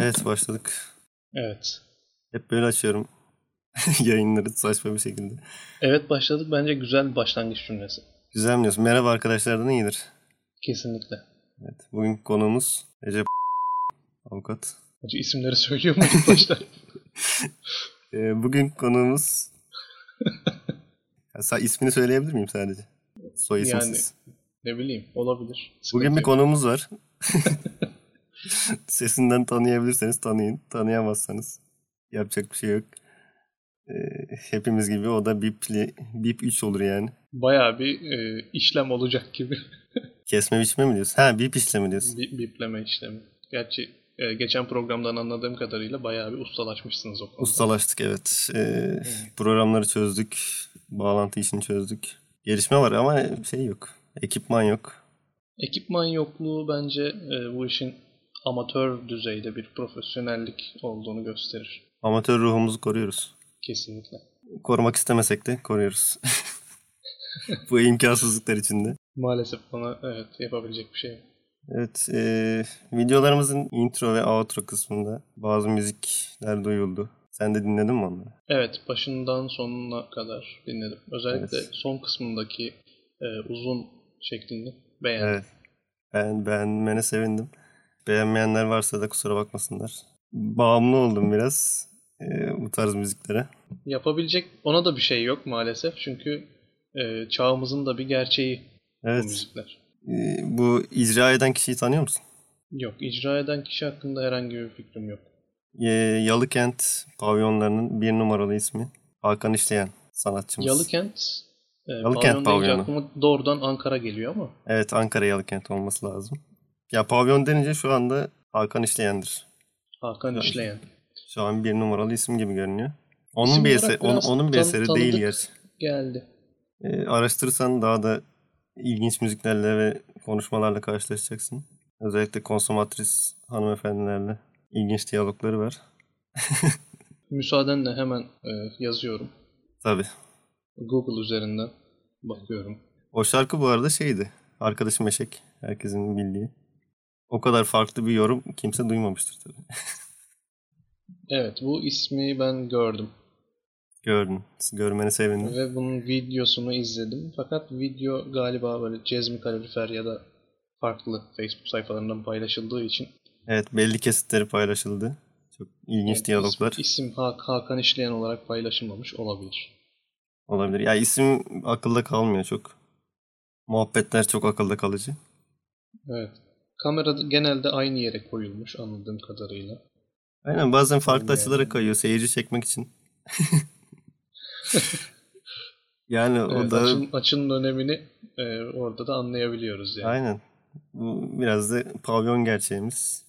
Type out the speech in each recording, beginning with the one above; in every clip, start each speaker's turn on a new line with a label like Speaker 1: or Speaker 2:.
Speaker 1: Evet başladık.
Speaker 2: Evet.
Speaker 1: Hep böyle açıyorum yayınları saçma bir şekilde.
Speaker 2: Evet başladık. Bence güzel bir başlangıç cümlesi.
Speaker 1: Güzel mi diyorsun? Merhaba arkadaşlardan iyidir.
Speaker 2: Kesinlikle.
Speaker 1: Evet, bugün konuğumuz Ece avukat.
Speaker 2: Hacı isimleri söylüyor mu ilk başta?
Speaker 1: Ee, bugün konuğumuz... Ya sa- ismini söyleyebilir miyim sadece? Soy isimsiz.
Speaker 2: ne bileyim olabilir. Sıkıntı
Speaker 1: bugün bir
Speaker 2: yok.
Speaker 1: konuğumuz var. Sesinden tanıyabilirseniz tanıyın. Tanıyamazsanız yapacak bir şey yok. Ee, hepimiz gibi o da bipli, bip 3 olur yani.
Speaker 2: Bayağı bir e, işlem olacak gibi
Speaker 1: Kesme biçme mi diyorsun? Ha bip işlemi diyorsun.
Speaker 2: bir bipleme işlemi. Gerçi e, geçen programdan anladığım kadarıyla bayağı bir ustalaşmışsınız o konuda.
Speaker 1: Ustalaştık evet. Ee, Programları çözdük. Bağlantı işini çözdük. Gelişme var ama şey yok. Ekipman yok.
Speaker 2: Ekipman yokluğu bence e, bu işin amatör düzeyde bir profesyonellik olduğunu gösterir.
Speaker 1: Amatör ruhumuzu koruyoruz.
Speaker 2: Kesinlikle.
Speaker 1: Korumak istemesek de koruyoruz. Bu imkansızlıklar içinde.
Speaker 2: Maalesef bana evet yapabilecek bir şey yok.
Speaker 1: Evet, ee, videolarımızın intro ve outro kısmında bazı müzikler duyuldu. Sen de dinledin mi onları?
Speaker 2: Evet, başından sonuna kadar dinledim. Özellikle
Speaker 1: Evet.
Speaker 2: son kısmındaki e, uzun şeklini beğendim.
Speaker 1: Evet. Ben beğenmene sevindim. Beğenmeyenler varsa da kusura bakmasınlar. Bağımlı oldum biraz ee, bu tarz müziklere.
Speaker 2: Yapabilecek ona da bir şey yok maalesef çünkü e, çağımızın da bir gerçeği bu
Speaker 1: Evet.
Speaker 2: müzikler.
Speaker 1: Ee, Bu icra eden kişiyi tanıyor musun?
Speaker 2: Yok, icra eden kişi hakkında herhangi bir fikrim yok.
Speaker 1: Ee, Yalıkent pavyonlarının bir numaralı ismi Hakan İşleyen sanatçımız.
Speaker 2: Yalıkent, e,
Speaker 1: Yalıkent
Speaker 2: pavyon
Speaker 1: pavyonu.
Speaker 2: deyince aklıma doğrudan Ankara geliyor ama
Speaker 1: Evet Ankara Yalıkent olması lazım. Ya pavyon denince şu anda Hakan İşleyen'dir.
Speaker 2: Hakan
Speaker 1: Evet.
Speaker 2: İşleyen.
Speaker 1: Şu an bir numaralı isim gibi görünüyor. Onun
Speaker 2: İsim
Speaker 1: bir
Speaker 2: olarak
Speaker 1: eseri, onun,
Speaker 2: biraz
Speaker 1: onun bir
Speaker 2: tan-
Speaker 1: eseri
Speaker 2: tanıdık.
Speaker 1: değil gerçi.
Speaker 2: Geldi.
Speaker 1: Ee, araştırırsan daha da ilginç müziklerle ve konuşmalarla karşılaşacaksın. Özellikle konsomatris hanımefendilerle ilginç diyalogları var.
Speaker 2: Müsaadenle hemen e, yazıyorum.
Speaker 1: Tabii.
Speaker 2: Google üzerinden bakıyorum.
Speaker 1: O şarkı bu arada şeydi. Arkadaşım Eşek. Herkesin bildiği. O kadar farklı bir yorum kimse duymamıştır tabii.
Speaker 2: Evet, bu ismi ben gördüm.
Speaker 1: Gördün. Görmeni sevindim.
Speaker 2: Ve bunun videosunu izledim. Fakat video galiba böyle Cezmi Kalorifer ya da farklı Facebook sayfalarından paylaşıldığı için
Speaker 1: Evet belli kesitleri paylaşıldı. Çok ilginç
Speaker 2: evet,
Speaker 1: diyaloglar
Speaker 2: is- isim Hak- Hakan İşleyen olarak paylaşılmamış olabilir.
Speaker 1: olabilir. Ya isim akılda kalmıyor çok. Muhabbetler çok akılda kalıcı.
Speaker 2: Evet. Kamera da genelde aynı yere koyulmuş anladığım kadarıyla.
Speaker 1: Aynen bazen farklı
Speaker 2: Tabii yani.
Speaker 1: açılara kayıyor seyirci çekmek için. yani o
Speaker 2: Evet,
Speaker 1: da
Speaker 2: açın- açının önemini e, orada da anlayabiliyoruz yani.
Speaker 1: Aynen. Bu biraz da pavyon gerçeğimiz.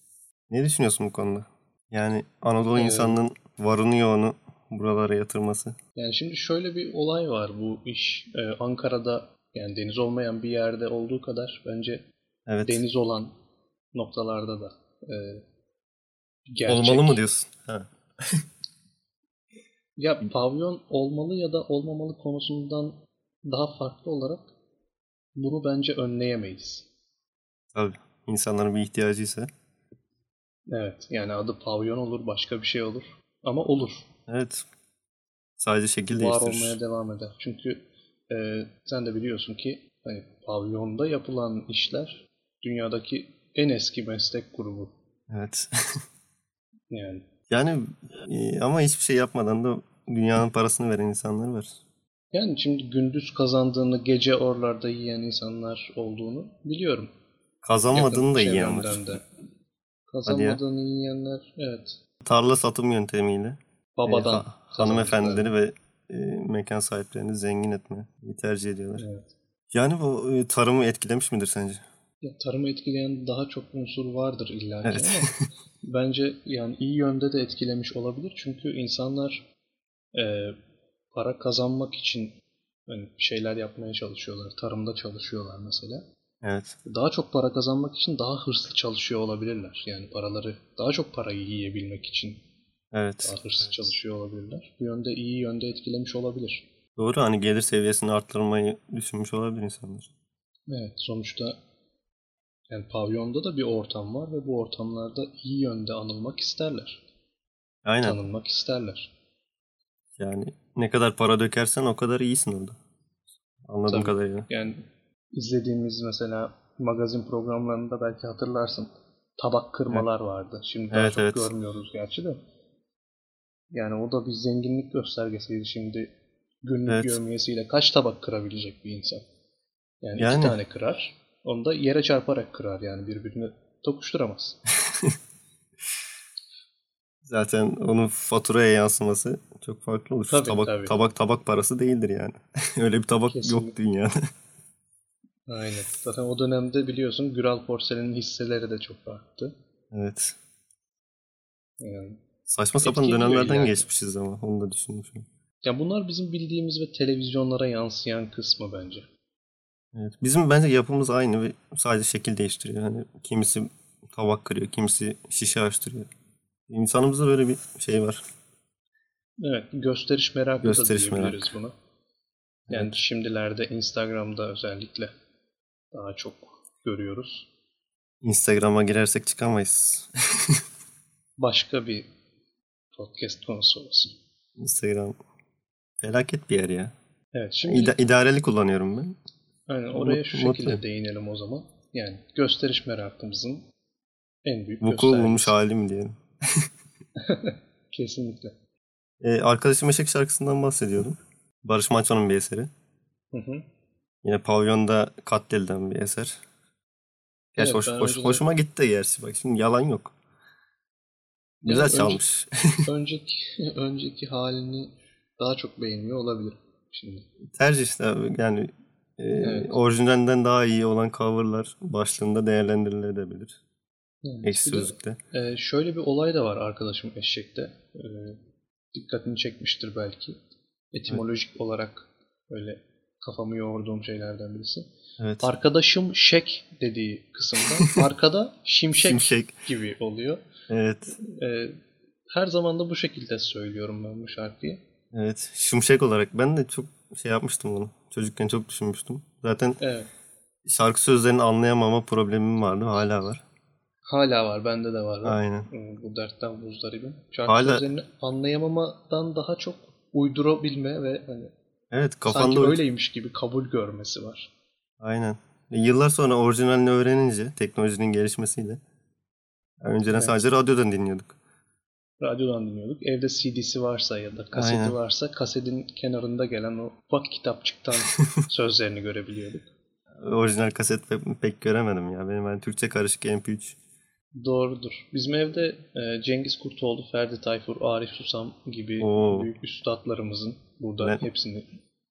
Speaker 1: Ne düşünüyorsun bu konuda? Yani Anadolu
Speaker 2: Ee,
Speaker 1: insanının varını yoğunu buralara yatırması.
Speaker 2: Yani şimdi şöyle bir olay var bu iş. e, Ankara'da yani deniz olmayan bir yerde olduğu kadar bence
Speaker 1: Evet.
Speaker 2: deniz olan noktalarda da e, gerçek.
Speaker 1: Olmalı mı diyorsun? Ha.
Speaker 2: Ya pavyon olmalı ya da olmamalı konusundan daha farklı olarak bunu bence önleyemeyiz.
Speaker 1: Tabii. İnsanların bir ihtiyacı ise.
Speaker 2: Evet yani adı pavyon olur başka bir şey olur ama olur.
Speaker 1: Evet. Sadece şekil
Speaker 2: Var
Speaker 1: değiştirir.
Speaker 2: olmaya devam eder. Çünkü e, sen de biliyorsun ki hani pavyonda yapılan işler dünyadaki en eski meslek grubu
Speaker 1: Evet.
Speaker 2: yani.
Speaker 1: yani e, ama hiçbir şey yapmadan da dünyanın parasını veren insanlar var.
Speaker 2: Yani şimdi gündüz kazandığını gece oralarda yiyen insanlar olduğunu biliyorum.
Speaker 1: Kazanmadığını da
Speaker 2: Yakın
Speaker 1: yiyen var.
Speaker 2: çevremden de. Kazanmadığını yiyenler evet.
Speaker 1: Tarla satım yöntemiyle e,
Speaker 2: Babadan.
Speaker 1: ha- hanımefendileri ve e, mekan sahiplerini zengin etme tercih ediyorlar.
Speaker 2: Evet.
Speaker 1: Yani bu e, tarımı etkilemiş midir sence?
Speaker 2: Ya, tarımı etkileyen daha çok unsur vardır illa ki
Speaker 1: Evet.
Speaker 2: ama bence yani iyi yönde de etkilemiş olabilir. Çünkü insanlar e, para kazanmak için hani bir şeyler yapmaya çalışıyorlar. Tarımda çalışıyorlar mesela.
Speaker 1: Evet.
Speaker 2: Daha çok para kazanmak için daha hırslı çalışıyor olabilirler. Yani paraları daha çok parayı yiyebilmek için
Speaker 1: Evet.
Speaker 2: daha hırslı çalışıyor olabilirler. Bu yönde iyi yönde etkilemiş olabilir.
Speaker 1: Doğru hani gelir seviyesini arttırmayı düşünmüş olabilir insanlar.
Speaker 2: Evet, sonuçta Yani pavyonda da bir ortam var ve bu ortamlarda iyi yönde anılmak isterler.
Speaker 1: Aynen.
Speaker 2: Tanınmak isterler.
Speaker 1: Yani ne kadar para dökersen o kadar iyisin orada. Anladığım
Speaker 2: Tabii.
Speaker 1: kadarıyla.
Speaker 2: Yani izlediğimiz mesela magazin programlarında belki hatırlarsın. Tabak kırmalar vardı. Şimdi daha
Speaker 1: Evet,
Speaker 2: çok
Speaker 1: evet.
Speaker 2: görmüyoruz gerçi de. Yani o da bir zenginlik göstergesiydi şimdi. Günlük
Speaker 1: Evet.
Speaker 2: yevmiyesiyle kaç tabak kırabilecek bir insan? Yani,
Speaker 1: Yani.
Speaker 2: iki tane kırar. Onu da yere çarparak kırar yani birbirini tokuşturamaz.
Speaker 1: Zaten onun faturaya yansıması çok farklı olur.
Speaker 2: Tabii,
Speaker 1: tabak
Speaker 2: tabii.
Speaker 1: tabak tabak parası değildir yani. Öyle bir tabak yok
Speaker 2: Kesinlikle.
Speaker 1: dünyada.
Speaker 2: Aynen. Zaten o dönemde biliyorsun Güral Porselen'in hisseleri de çok arttı.
Speaker 1: evet.
Speaker 2: Yani
Speaker 1: Saçma sapan
Speaker 2: Etkiliyor
Speaker 1: dönemlerden
Speaker 2: yani.
Speaker 1: geçmişiz ama onu da düşünmüşüm.
Speaker 2: ya bunlar bizim bildiğimiz ve televizyonlara yansıyan kısmı bence.
Speaker 1: Evet. Bizim bence yapımız aynı ve sadece şekil değiştiriyor. Hani kimisi tabak kırıyor, kimisi şişe açtırıyor. İnsanımızda böyle bir şey var.
Speaker 2: Evet, gösteriş merakı
Speaker 1: Gösteriş
Speaker 2: da diyebiliriz
Speaker 1: merakı.
Speaker 2: buna. Yani şimdilerde Instagram'da özellikle daha çok görüyoruz.
Speaker 1: Instagram'a girersek çıkamayız.
Speaker 2: Başka bir podcast konusu olsun.
Speaker 1: Instagram felaket bir yer ya.
Speaker 2: Evet, şimdi
Speaker 1: İda- idareli kullanıyorum ben.
Speaker 2: aynen oraya şu
Speaker 1: Mutlu-
Speaker 2: şekilde
Speaker 1: mutlu.
Speaker 2: değinelim o zaman. Yani gösteriş merakımızın en büyük
Speaker 1: Vuku
Speaker 2: göstergesi.
Speaker 1: bulmuş halim diyelim.
Speaker 2: Kesinlikle.
Speaker 1: Ee, Arkadaşım Eşek şarkısından bahsediyordum. Barış Manço'nun bir eseri.
Speaker 2: Hı hı.
Speaker 1: Yine Pavyon'da Katledil'den bir eser. Gerçi
Speaker 2: Evet,
Speaker 1: hoş,
Speaker 2: ben
Speaker 1: hoş-
Speaker 2: önceden-
Speaker 1: hoşuma gitti gerçi. Bak şimdi yalan yok. Güzel
Speaker 2: Yani önce-
Speaker 1: çalmış.
Speaker 2: önceki önceki halini daha çok beğenmiyor olabilir şimdi.
Speaker 1: Tercih işte abi. yani e,
Speaker 2: Evet.
Speaker 1: orijinalinden daha iyi olan coverlar başlığında değerlendirilebilir.
Speaker 2: Yani
Speaker 1: Eksi
Speaker 2: bir de-
Speaker 1: sözlükte.
Speaker 2: Ee, şöyle bir olay da var arkadaşım eşekte. Ee, dikkatini çekmiştir belki. Etimolojik olarak öyle kafamı yoğurduğum şeylerden birisi.
Speaker 1: Evet.
Speaker 2: Arkadaşım şek dediği kısımda arkada şimşek,
Speaker 1: Şimşek.
Speaker 2: gibi oluyor.
Speaker 1: Evet.
Speaker 2: Ee, her zaman da bu şekilde söylüyorum ben bu şarkıyı.
Speaker 1: Evet. Şimşek olarak ben de çok şey yapmıştım onu. Çocukken çok düşünmüştüm. Zaten
Speaker 2: Evet.
Speaker 1: şarkı sözlerini anlayamama problemim vardı. Hala var.
Speaker 2: Hala var. Bende de var.
Speaker 1: Aynen.
Speaker 2: Ee, Bu dertten muzdaribim. Şarkı
Speaker 1: Hala-
Speaker 2: sözlerini anlayamamadan daha çok uydurabilme ve hani
Speaker 1: Evet
Speaker 2: sanki
Speaker 1: kafanda öyle.
Speaker 2: öyleymiş gibi kabul görmesi var.
Speaker 1: Aynen. E, Yıllar sonra orijinalini öğrenince teknolojinin gelişmesiyle. Yani önceden
Speaker 2: Evet.
Speaker 1: sadece radyodan dinliyorduk.
Speaker 2: Radyodan dinliyorduk. Evde CD'si varsa ya da kaseti
Speaker 1: Aynen.
Speaker 2: varsa kasetin kenarında gelen o ufak kitapçıktan sözlerini görebiliyorduk.
Speaker 1: Orijinal kaset pe- pek göremedim ya. Benim ben Türkçe karışık MP3.
Speaker 2: Doğrudur. Bizim evde e, Cengiz Kurtoğlu, Ferdi Tayfur, Arif Susam gibi
Speaker 1: Oo.
Speaker 2: büyük üstadlarımızın burada
Speaker 1: Ben-
Speaker 2: hepsini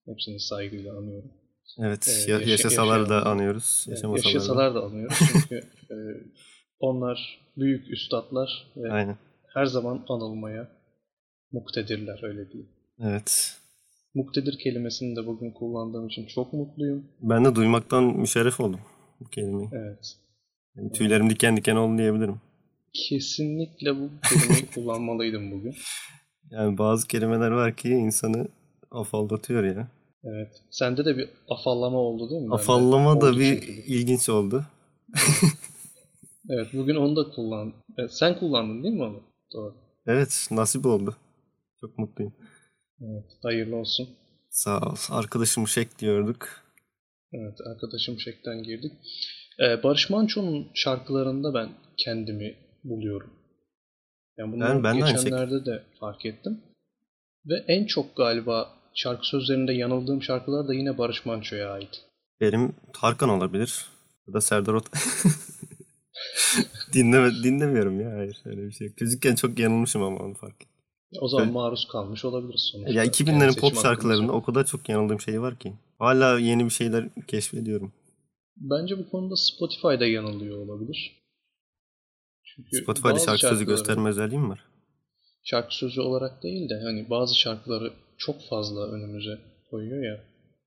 Speaker 2: hepsini saygıyla anıyorum.
Speaker 1: Evet.
Speaker 2: Ee,
Speaker 1: ya-
Speaker 2: yaşa-
Speaker 1: yaşasalar da
Speaker 2: yaşayan-
Speaker 1: anıyoruz.
Speaker 2: Yani
Speaker 1: Yaşamasalar da.
Speaker 2: yaşasalar da anıyorum çünkü e, onlar büyük üstadlar ve
Speaker 1: Aynen.
Speaker 2: her zaman anılmaya muktedirler öyle diyeyim.
Speaker 1: Evet.
Speaker 2: Muktedir kelimesini de bugün kullandığım için çok mutluyum.
Speaker 1: Ben de duymaktan müşerref oldum bu kelimeyi.
Speaker 2: Evet.
Speaker 1: Yani tüylerim diken diken oldu diyebilirim.
Speaker 2: Kesinlikle bu kelimeyi kullanmalıydım bugün.
Speaker 1: Yani bazı kelimeler var ki insanı afaldatıyor ya.
Speaker 2: Evet. Sende de bir afallama oldu değil mi? Bende
Speaker 1: Afallama da
Speaker 2: oldu
Speaker 1: bir
Speaker 2: çünkü.
Speaker 1: ilginç oldu.
Speaker 2: Evet bugün onu da kullan. Evet, sen kullandın değil mi onu? Doğru.
Speaker 1: Evet nasip oldu. Çok mutluyum.
Speaker 2: Evet. Hayırlı olsun.
Speaker 1: Sağ ol. Arkadaşım Şek diyorduk.
Speaker 2: Evet arkadaşım şekten girdik. Ee, Barış Manço'nun şarkılarında ben kendimi buluyorum. Yani bunu
Speaker 1: Yani ben de aynı
Speaker 2: geçenlerde de fark ettim. Ve en çok galiba şarkı sözlerinde yanıldığım şarkılar da yine Barış Manço'ya ait.
Speaker 1: Benim Tarkan olabilir. Ya da Serdar Ot. Dinleme, dinlemiyorum ya. Hayır öyle bir şey yok. Çocukken çok yanılmışım ama onu fark ettim.
Speaker 2: O zaman
Speaker 1: Evet.
Speaker 2: maruz kalmış olabiliriz sonuçta.
Speaker 1: Ya
Speaker 2: Kendi
Speaker 1: 2000'lerin
Speaker 2: seçim
Speaker 1: pop
Speaker 2: hakkımız
Speaker 1: şarkılarında
Speaker 2: yok.
Speaker 1: o kadar çok yanıldığım şey var ki. Hala yeni bir şeyler keşfediyorum.
Speaker 2: Bence bu konuda Spotify'da yanılıyor olabilir. Çünkü
Speaker 1: Spotify'da
Speaker 2: bazı
Speaker 1: şarkı sözü
Speaker 2: şarkıları-
Speaker 1: gösterme özelliğim var.
Speaker 2: Şarkı sözü olarak değil de hani bazı şarkıları çok fazla önümüze koyuyor ya.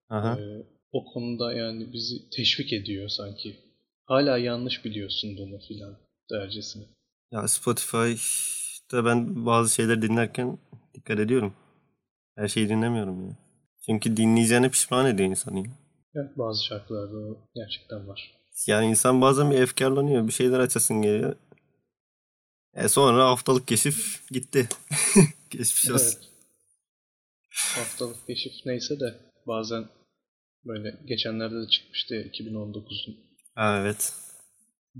Speaker 1: Aha.
Speaker 2: Ee, o konuda yani bizi teşvik ediyor sanki. Hala yanlış biliyorsun bunu filan dercesine.
Speaker 1: Ya Spotify'da ben bazı şeyler dinlerken dikkat ediyorum. Her şeyi dinlemiyorum ya. Çünkü dinleyeceğine pişman ediyor insanı ya.
Speaker 2: Evet bazı şarkılarda o gerçekten var.
Speaker 1: Yani insan bazen bir efkarlanıyor. Bir şeyler açasın geliyor. E sonra haftalık keşif gitti. Geçmiş olsun.
Speaker 2: Evet. Haftalık keşif neyse de bazen böyle geçenlerde de çıkmıştı ya 2019'un
Speaker 1: Ha, evet.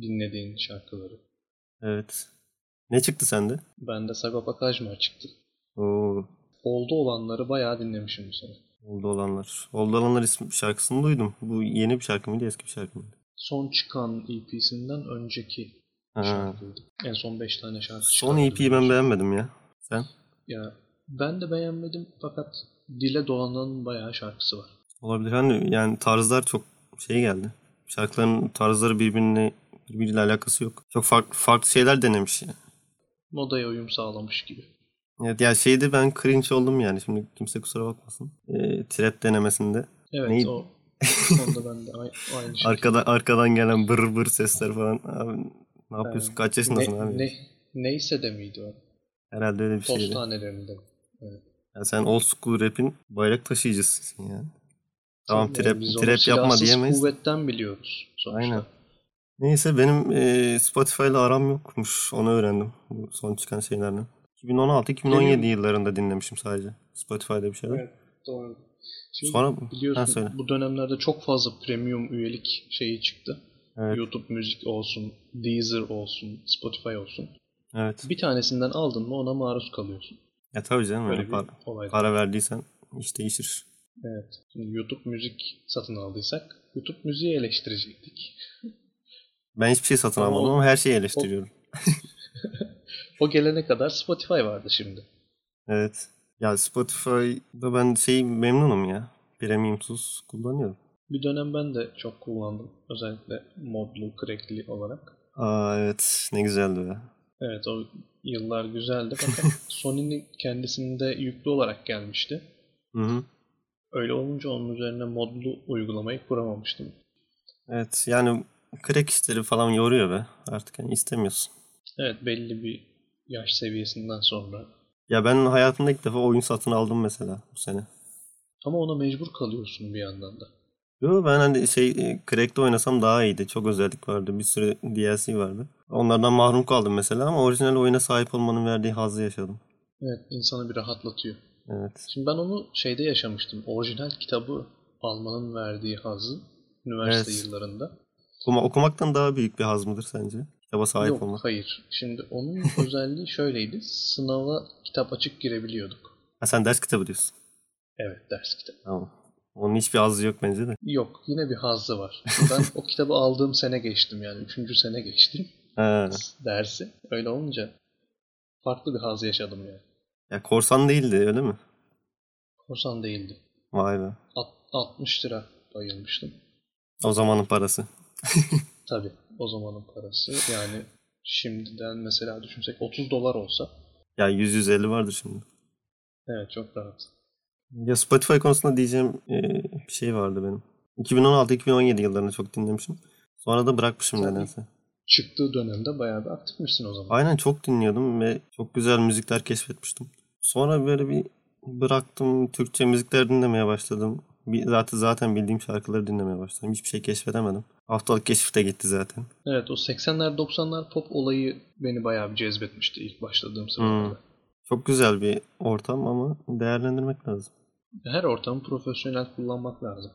Speaker 2: dinlediğin şarkıları.
Speaker 1: Evet. Ne çıktı sende?
Speaker 2: Bende Sagopa Kajmer çıktı.
Speaker 1: Oo,
Speaker 2: Oldu olanları bayağı dinlemişim bu sene.
Speaker 1: oldu olanlar. Oldu olanlar ismi şarkısını duydum. Bu yeni bir şarkı mıydı eski bir şarkı mıydı?
Speaker 2: Son çıkan EP'sinden önceki
Speaker 1: Ha.
Speaker 2: şarkıydı. En son 5 tane şarkı
Speaker 1: Son
Speaker 2: çıkardı
Speaker 1: EP'yi ben beğenmedim ya. Sen?
Speaker 2: Ya ben de beğenmedim fakat dile dolananın bayağı şarkısı var.
Speaker 1: Olabilir. Hani yani tarzlar çok şey geldi. Şarkıların tarzları birbirine birbiriyle alakası yok. Çok farklı farklı şeyler denemiş yani.
Speaker 2: Modaya uyum sağlamış gibi.
Speaker 1: Evet ya şeyde ben cringe oldum yani. Şimdi kimse kusura bakmasın. Ee, trap denemesinde.
Speaker 2: Evet
Speaker 1: Neydi?
Speaker 2: o o konuda ben de ay- aynı şey.
Speaker 1: Arkadan arkadan gelen bır bır sesler falan. Abi ne yapıyorsun?
Speaker 2: Evet.
Speaker 1: Kaç yaşındasın
Speaker 2: ne,
Speaker 1: abi?
Speaker 2: ne, neyse de miydi o?
Speaker 1: Herhalde öyle bir şeydi.
Speaker 2: Postanelerinde.
Speaker 1: Ya sen old school rap'in bayrak taşıyıcısısın ya. Tamam
Speaker 2: Yani
Speaker 1: trap,
Speaker 2: biz onu
Speaker 1: trap yapma
Speaker 2: silahsız
Speaker 1: diyemeyiz.
Speaker 2: kuvvetten biliyoruz sonuçta.
Speaker 1: Aynen. Neyse benim e, Spotify'la aram yokmuş. Onu öğrendim. Bu son çıkan şeylerle. 2016-2017
Speaker 2: Benim-
Speaker 1: yıllarında dinlemişim sadece. Spotify'da bir şeyler.
Speaker 2: Evet, doğru. Şimdi
Speaker 1: Sonra
Speaker 2: biliyorsun
Speaker 1: Ha, söyle.
Speaker 2: bu dönemlerde çok fazla premium üyelik şeyi çıktı.
Speaker 1: Evet.
Speaker 2: YouTube müzik olsun, Deezer olsun, Spotify olsun.
Speaker 1: evet.
Speaker 2: Bir tanesinden aldın mı ona maruz kalıyorsun.
Speaker 1: Ya tabii canım
Speaker 2: Böyle
Speaker 1: öyle
Speaker 2: bir
Speaker 1: para,
Speaker 2: olay. da-
Speaker 1: para verdiysen iş değişir.
Speaker 2: Evet. Şimdi YouTube müzik satın aldıysak YouTube müziği eleştirecektik.
Speaker 1: Ben hiçbir şey satın
Speaker 2: Ama
Speaker 1: almadım
Speaker 2: o-
Speaker 1: ama her şeyi eleştiriyorum.
Speaker 2: O gelene kadar Spotify vardı şimdi.
Speaker 1: Evet. Ya Spotify'da ben şey memnunum ya. Premiumsuz kullanıyorum.
Speaker 2: Bir dönem ben de çok kullandım. Özellikle modlu, crackli olarak.
Speaker 1: Aa evet ne güzeldi be.
Speaker 2: Evet o yıllar güzeldi fakat Sony'nin kendisinde yüklü olarak gelmişti.
Speaker 1: Hı hı.
Speaker 2: Öyle olunca onun üzerine modlu uygulamayı kuramamıştım.
Speaker 1: Evet yani crack işleri falan yoruyor be. Artık hani istemiyorsun.
Speaker 2: Evet belli bir yaş seviyesinden sonra.
Speaker 1: Ya ben hayatımda ilk defa oyun satın aldım mesela bu sene.
Speaker 2: Ama ona mecbur kalıyorsun bir yandan da.
Speaker 1: Yo ben hani şey e, Crack'te oynasam daha iyiydi. Çok özellik vardı. Bir sürü DLC vardı. Onlardan mahrum kaldım mesela ama orijinal oyuna sahip olmanın verdiği hazzı yaşadım.
Speaker 2: Evet insanı bir rahatlatıyor.
Speaker 1: Evet.
Speaker 2: Şimdi ben onu şeyde yaşamıştım. Orijinal kitabı almanın verdiği hazzı üniversite
Speaker 1: Evet.
Speaker 2: yıllarında.
Speaker 1: Okuma, okumaktan daha büyük bir haz mıdır sence? Kitaba sahip
Speaker 2: Yok
Speaker 1: olmak.
Speaker 2: hayır. Şimdi onun özelliği şöyleydi. Sınava kitap açık girebiliyorduk.
Speaker 1: Ha sen ders kitabı diyorsun.
Speaker 2: Evet ders kitabı.
Speaker 1: Tamam. Onun hiçbir hazzı yok bence de.
Speaker 2: Yok yine bir hazzı var. Ben o kitabı aldığım sene geçtim yani. Üçüncü sene geçtim
Speaker 1: Ha.
Speaker 2: dersi. Öyle olunca farklı bir haz yaşadım yani.
Speaker 1: Ya korsan değildi öyle mi?
Speaker 2: Korsan değildi.
Speaker 1: Vay be.
Speaker 2: Alt- 60 lira bayılmıştım.
Speaker 1: O zamanın parası.
Speaker 2: Tabii o zamanın parası yani şimdiden mesela düşünsek 30 dolar olsa
Speaker 1: Ya 100-150 vardır şimdi.
Speaker 2: evet çok rahat.
Speaker 1: Ya Spotify konusunda diyeceğim e, bir şey vardı benim. 2016-2017 yıllarını çok dinlemişim. Sonra da bırakmışım
Speaker 2: Tabii.
Speaker 1: nedense.
Speaker 2: Çıktığı dönemde bayağı bir aktifmişsin o zaman.
Speaker 1: Aynen çok dinliyordum ve çok güzel müzikler keşfetmiştim. Sonra böyle bir bıraktım Türkçe müzikler dinlemeye başladım. Bir, zaten zaten bildiğim şarkıları dinlemeye başladım. Hiçbir şey keşfedemedim. Haftalık keşif de gitti zaten.
Speaker 2: Evet o 80'ler 90'lar pop olayı beni bayağı bir cezbetmişti ilk başladığım sıralarda.
Speaker 1: Hmm. Çok güzel bir ortam ama değerlendirmek lazım.
Speaker 2: Her ortamı profesyonel kullanmak lazım.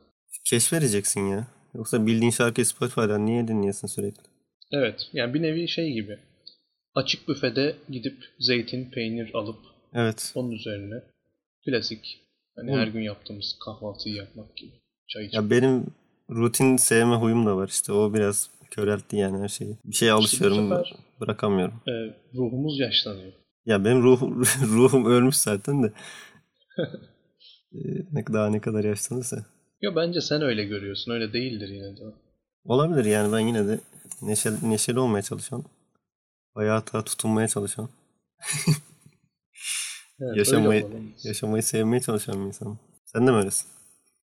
Speaker 1: Keşfedeceksin ya. Yoksa bildiğin şarkıyı Spotify'dan niye dinliyorsun sürekli?
Speaker 2: Evet yani bir nevi şey gibi açık büfede gidip zeytin peynir alıp
Speaker 1: Evet.
Speaker 2: onun üzerine klasik hani
Speaker 1: Oğlum.
Speaker 2: her gün yaptığımız kahvaltıyı yapmak gibi çay içmek.
Speaker 1: Hmm. Ya benim rutin sevme huyum da var işte. O biraz köreltti yani her şeyi. Bir şey şeye alışıyorum,
Speaker 2: İşte bu sefer
Speaker 1: bırakamıyorum.
Speaker 2: e, ruhumuz yaşlanıyor.
Speaker 1: Ya benim ruh, ruhum ölmüş zaten de. Ee, ne daha ne kadar yaşlanırsa.
Speaker 2: Ya bence sen öyle görüyorsun. Öyle değildir yine de.
Speaker 1: Olabilir yani ben yine de neşeli, neşeli olmaya çalışan, hayata tutunmaya çalışan,
Speaker 2: Evet,
Speaker 1: Yaşamayı-
Speaker 2: öyle olmalıyız.
Speaker 1: yaşamayı sevmeye çalışan bir insanım. Sen de mi öylesin?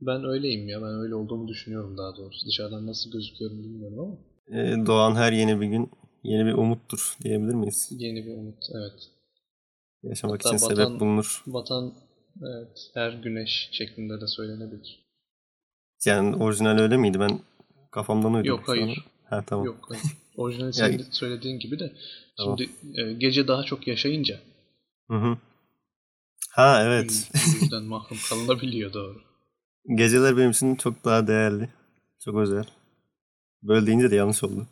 Speaker 2: ben öyleyim ya. Ben öyle olduğumu düşünüyorum daha doğrusu. Dışarıdan nasıl gözüküyorum bilmiyorum ama
Speaker 1: Ee, doğan her yeni bir gün yeni bir umuttur diyebilir miyiz?
Speaker 2: yeni bir umut. Evet.
Speaker 1: Yaşamak
Speaker 2: Hatta
Speaker 1: için
Speaker 2: vatan-
Speaker 1: sebep bulunur.
Speaker 2: Vatan evet, her güneş şeklinde de söylenebilir.
Speaker 1: Yani orijinal öyle miydi? Ben Kafamdan uydurdum.
Speaker 2: Yok, hayır.
Speaker 1: Ha tamam.
Speaker 2: Yok. hayır. Orijinal
Speaker 1: Ya-
Speaker 2: senin söylediğin gibi de
Speaker 1: Tamam.
Speaker 2: şimdi e, gece daha çok yaşayınca
Speaker 1: Hı hı. Ha evet.
Speaker 2: bu yüzden mahrum kalınabiliyor doğru.
Speaker 1: Geceler benim için çok daha değerli. Çok özel. Böyle deyince de yanlış oldu.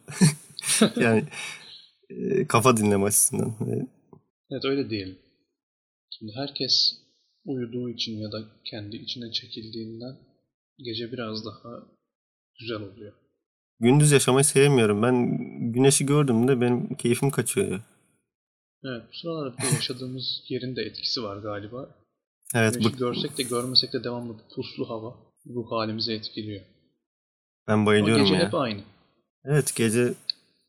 Speaker 1: yani e, kafa dinleme açısından. E,
Speaker 2: Evet öyle diyelim. Şimdi herkes uyuduğu için ya da kendi içine çekildiğinden gece biraz daha güzel oluyor.
Speaker 1: gündüz yaşamayı sevmiyorum. Ben güneşi gördüğümde benim keyfim kaçıyor ya.
Speaker 2: Evet bu sıralar bir de yaşadığımız yerin de etkisi var galiba.
Speaker 1: Evet
Speaker 2: Güneşi
Speaker 1: bık,
Speaker 2: görsek de görmesek de devamlı bu puslu hava ruh halimizi etkiliyor.
Speaker 1: ben
Speaker 2: Ama
Speaker 1: bayılıyorum
Speaker 2: gece
Speaker 1: ya.
Speaker 2: hep aynı.
Speaker 1: Evet gece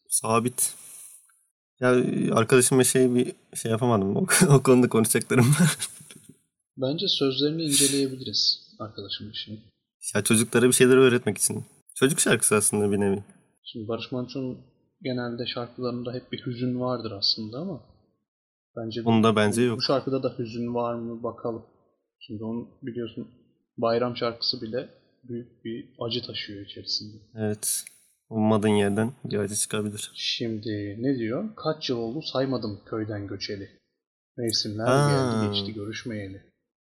Speaker 1: sabit. Ya arkadaşımla şey bir şey yapamadım. O, o konuda konuşacaklarım var.
Speaker 2: Bence sözlerini inceleyebiliriz arkadaşım şimdi.
Speaker 1: ya çocuklara bir şeyler öğretmek için. Çocuk şarkısı aslında bir nevi.
Speaker 2: Şimdi Barış Manço'nun genelde şarkılarında hep bir hüzün vardır aslında ama bence bu-
Speaker 1: Bunda bence yok.
Speaker 2: bu şarkıda da hüzün var mı bakalım. Şimdi onu biliyorsun bayram şarkısı bile büyük bir acı taşıyor içerisinde.
Speaker 1: Evet. Ummadığın yerden bir acı çıkabilir.
Speaker 2: Şimdi ne diyor? Kaç yıl oldu saymadım köyden göçeli. Mevsimler
Speaker 1: Ha.
Speaker 2: geldi geçti görüşmeyeli.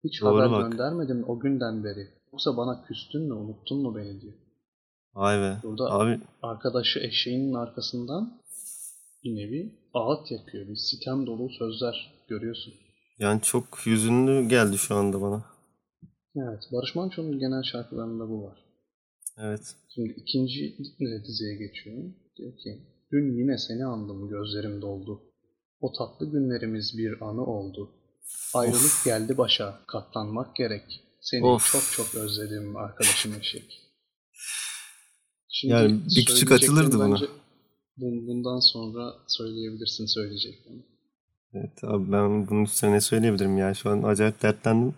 Speaker 2: Hiç
Speaker 1: Doğru
Speaker 2: haber
Speaker 1: bak.
Speaker 2: göndermedin o günden beri. Yoksa bana küstün mü unuttun mu beni diyor.
Speaker 1: Vay be.
Speaker 2: Burada-
Speaker 1: Abi
Speaker 2: arkadaşı eşeğinin arkasından bir nevi ağıt yakıyor. Bir sitem dolu sözler görüyorsun.
Speaker 1: yani çok hüzünlü geldi şu anda bana.
Speaker 2: Evet, Barış Manço'nun genel şarkılarında bu var.
Speaker 1: Evet.
Speaker 2: Şimdi ikinci diziye geçiyorum. Diyor ki, dün yine seni andım gözlerim doldu. O tatlı günlerimiz bir anı oldu. Ayrılık
Speaker 1: Of.
Speaker 2: geldi başa, katlanmak gerek. Seni
Speaker 1: Of.
Speaker 2: çok çok özledim arkadaşım eşek. Şimdi
Speaker 1: Yani bir küçük
Speaker 2: söyleyeceklerim
Speaker 1: atılırdı buna.
Speaker 2: bence bun- Bundan sonra söyleyebilirsin söyleyeceklerini.
Speaker 1: Evet abi ben bunu size ne söyleyebilirim ya. Şu an acayip dertlendim.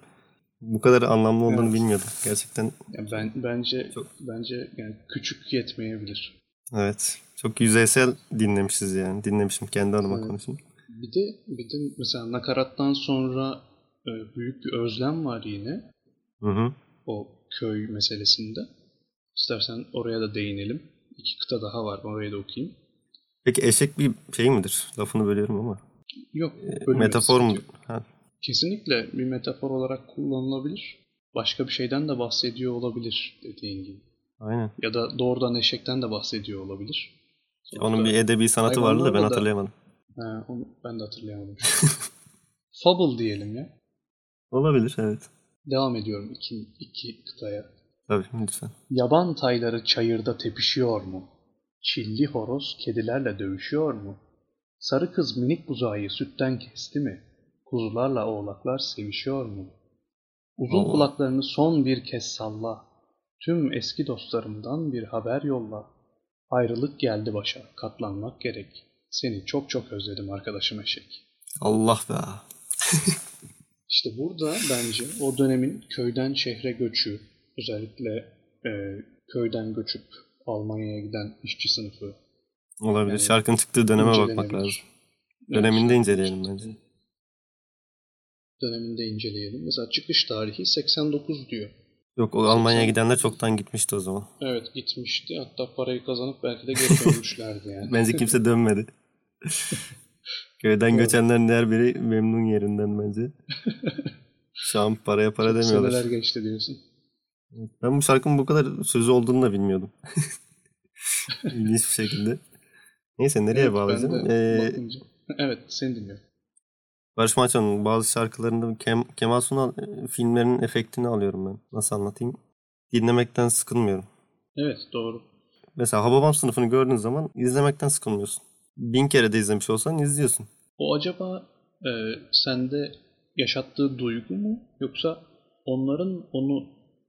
Speaker 1: Bu kadar anlamlı olduğunu
Speaker 2: Evet.
Speaker 1: bilmiyordum. Gerçekten
Speaker 2: Yani ben bence
Speaker 1: Çok-
Speaker 2: bence yani küçük yetmeyebilir.
Speaker 1: evet. Çok yüzeysel dinlemişiz yani. Dinlemişim kendi adıma
Speaker 2: Evet.
Speaker 1: konuşayım.
Speaker 2: Bir de bir de mesela nakarattan sonra e, büyük bir özlem var yine
Speaker 1: Hı hı.
Speaker 2: o köy meselesinde. İstersen oraya da değinelim. İki kıta daha var. Orayı da okuyayım.
Speaker 1: Peki eşek bir şey midir? Lafını bölüyorum ama. E,
Speaker 2: Yok, bölüm
Speaker 1: Ee, Metafor mu?
Speaker 2: yok.
Speaker 1: Ha,
Speaker 2: Kesinlikle bir metafor olarak kullanılabilir. Başka bir şeyden de bahsediyor olabilir dediğin gibi.
Speaker 1: aynen.
Speaker 2: Ya da doğrudan eşekten de bahsediyor olabilir.
Speaker 1: Onun bir edebi sanatı vardı da ben
Speaker 2: hayvanlarla da-
Speaker 1: hatırlayamadım.
Speaker 2: He, onu ben de hatırlayamadım. şu an. Fable diyelim ya.
Speaker 1: Olabilir evet.
Speaker 2: Devam ediyorum iki, iki kıtaya.
Speaker 1: Tabii lütfen.
Speaker 2: Yaban tayları çayırda tepişiyor mu? Çilli horoz kedilerle dövüşüyor mu? Sarı kız minik buzağıyı sütten kesti mi? Kuzularla oğlaklar sevişiyor mu? Uzun
Speaker 1: Allah.
Speaker 2: kulaklarını son bir kez salla. Tüm eski dostlarımdan bir haber yolla. Ayrılık geldi başa, katlanmak gerek. Seni çok çok özledim arkadaşım eşek.
Speaker 1: Allah be.
Speaker 2: İşte burada bence o dönemin köyden şehre göçü, özellikle e, köyden göçüp Almanya'ya giden işçi sınıfı
Speaker 1: Olabilir.
Speaker 2: Yani
Speaker 1: Şarkının çıktığı döneme bakmak
Speaker 2: incelenebilir.
Speaker 1: lazım.
Speaker 2: Evet,
Speaker 1: Döneminde inceleyelim bence.
Speaker 2: döneminde inceleyelim. Mesela çıkış tarihi 89 diyor.
Speaker 1: Yok o Almanya'ya gidenler çoktan gitmişti o zaman.
Speaker 2: Evet gitmişti. Hatta parayı kazanıp belki de geri dönmüşlerdi yani.
Speaker 1: Bence kimse dönmedi. Köyden
Speaker 2: Doğru.
Speaker 1: göçenlerin her biri memnun yerinden bence. Şu an paraya para
Speaker 2: Seneler
Speaker 1: demiyorlar.
Speaker 2: geçti diyorsun.
Speaker 1: Ben bu şarkının bu kadar sözü olduğunu da bilmiyordum. İlginç bir şekilde. Neyse nereye
Speaker 2: Evet, ben
Speaker 1: bağlayacağım?
Speaker 2: de e,
Speaker 1: Ee,
Speaker 2: bakınca- evet seni dinliyorum.
Speaker 1: Barış Manço'nun bazı şarkılarında Kem, Kemal Sunal e, filmlerinin efektini alıyorum ben. Nasıl anlatayım? Dinlemekten sıkılmıyorum.
Speaker 2: Evet doğru.
Speaker 1: Mesela Hababam sınıfını gördüğün zaman izlemekten sıkılmıyorsun. Bin kere de izlemiş olsan izliyorsun.
Speaker 2: O acaba e, sende yaşattığı duygu mu yoksa onların onu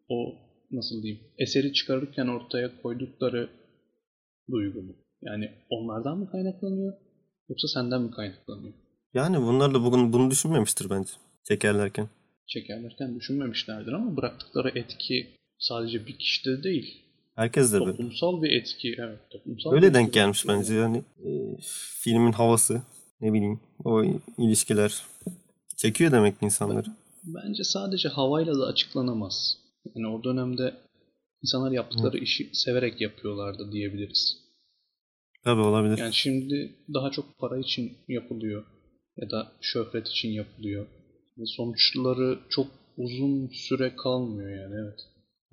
Speaker 2: o nasıl diyeyim eseri çıkarırken ortaya koydukları duygu mu? Yani onlardan mı kaynaklanıyor yoksa senden mi kaynaklanıyor?
Speaker 1: Yani bunlar da bugün bunu düşünmemiştir bence çekerlerken.
Speaker 2: Çekerlerken düşünmemişlerdir ama bıraktıkları etki sadece bir kişide değil.
Speaker 1: Herkes de böyle.
Speaker 2: Toplumsal bir etki. Evet, toplumsal bir
Speaker 1: Öyle denk
Speaker 2: etki
Speaker 1: gelmiş
Speaker 2: bıraktı.
Speaker 1: bence. Yani e, filmin havası, ne bileyim, o ilişkiler çekiyor demek ki insanları.
Speaker 2: Bence sadece havayla da açıklanamaz. Yani o dönemde İnsanlar yaptıkları işi severek yapıyorlardı diyebiliriz.
Speaker 1: Tabii olabilir.
Speaker 2: Yani şey- şimdi daha çok para için yapılıyor ya da şöhret için yapılıyor. Ve sonuçları çok uzun süre kalmıyor yani evet.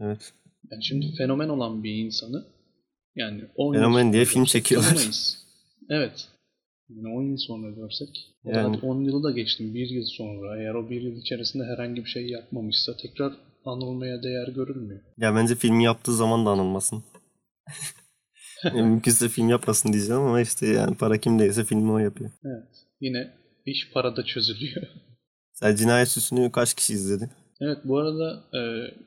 Speaker 1: Evet.
Speaker 2: Yani şimdi fenomen olan bir insanı yani 10 yıl
Speaker 1: Fenomen
Speaker 2: sonra
Speaker 1: diye film
Speaker 2: görsek
Speaker 1: çekiyorlar.
Speaker 2: tanımayız. Evet. Yani 10 yıl sonra görsek. o da
Speaker 1: Yani.
Speaker 2: hadi 10 yılı da geçtim. 1 yıl sonra eğer o 1 yıl içerisinde herhangi bir şey yapmamışsa tekrar anılmaya değer görülmüyor.
Speaker 1: Ya bence filmi yaptığı zaman da anılmasın. Yani Mümkünse film yapmasın diyeceğim ama işte yani para kimdeyse filmi o yapıyor.
Speaker 2: Evet. Yine iş parada çözülüyor.
Speaker 1: Sen cinayet süsünü kaç kişi izledi?
Speaker 2: evet bu arada e,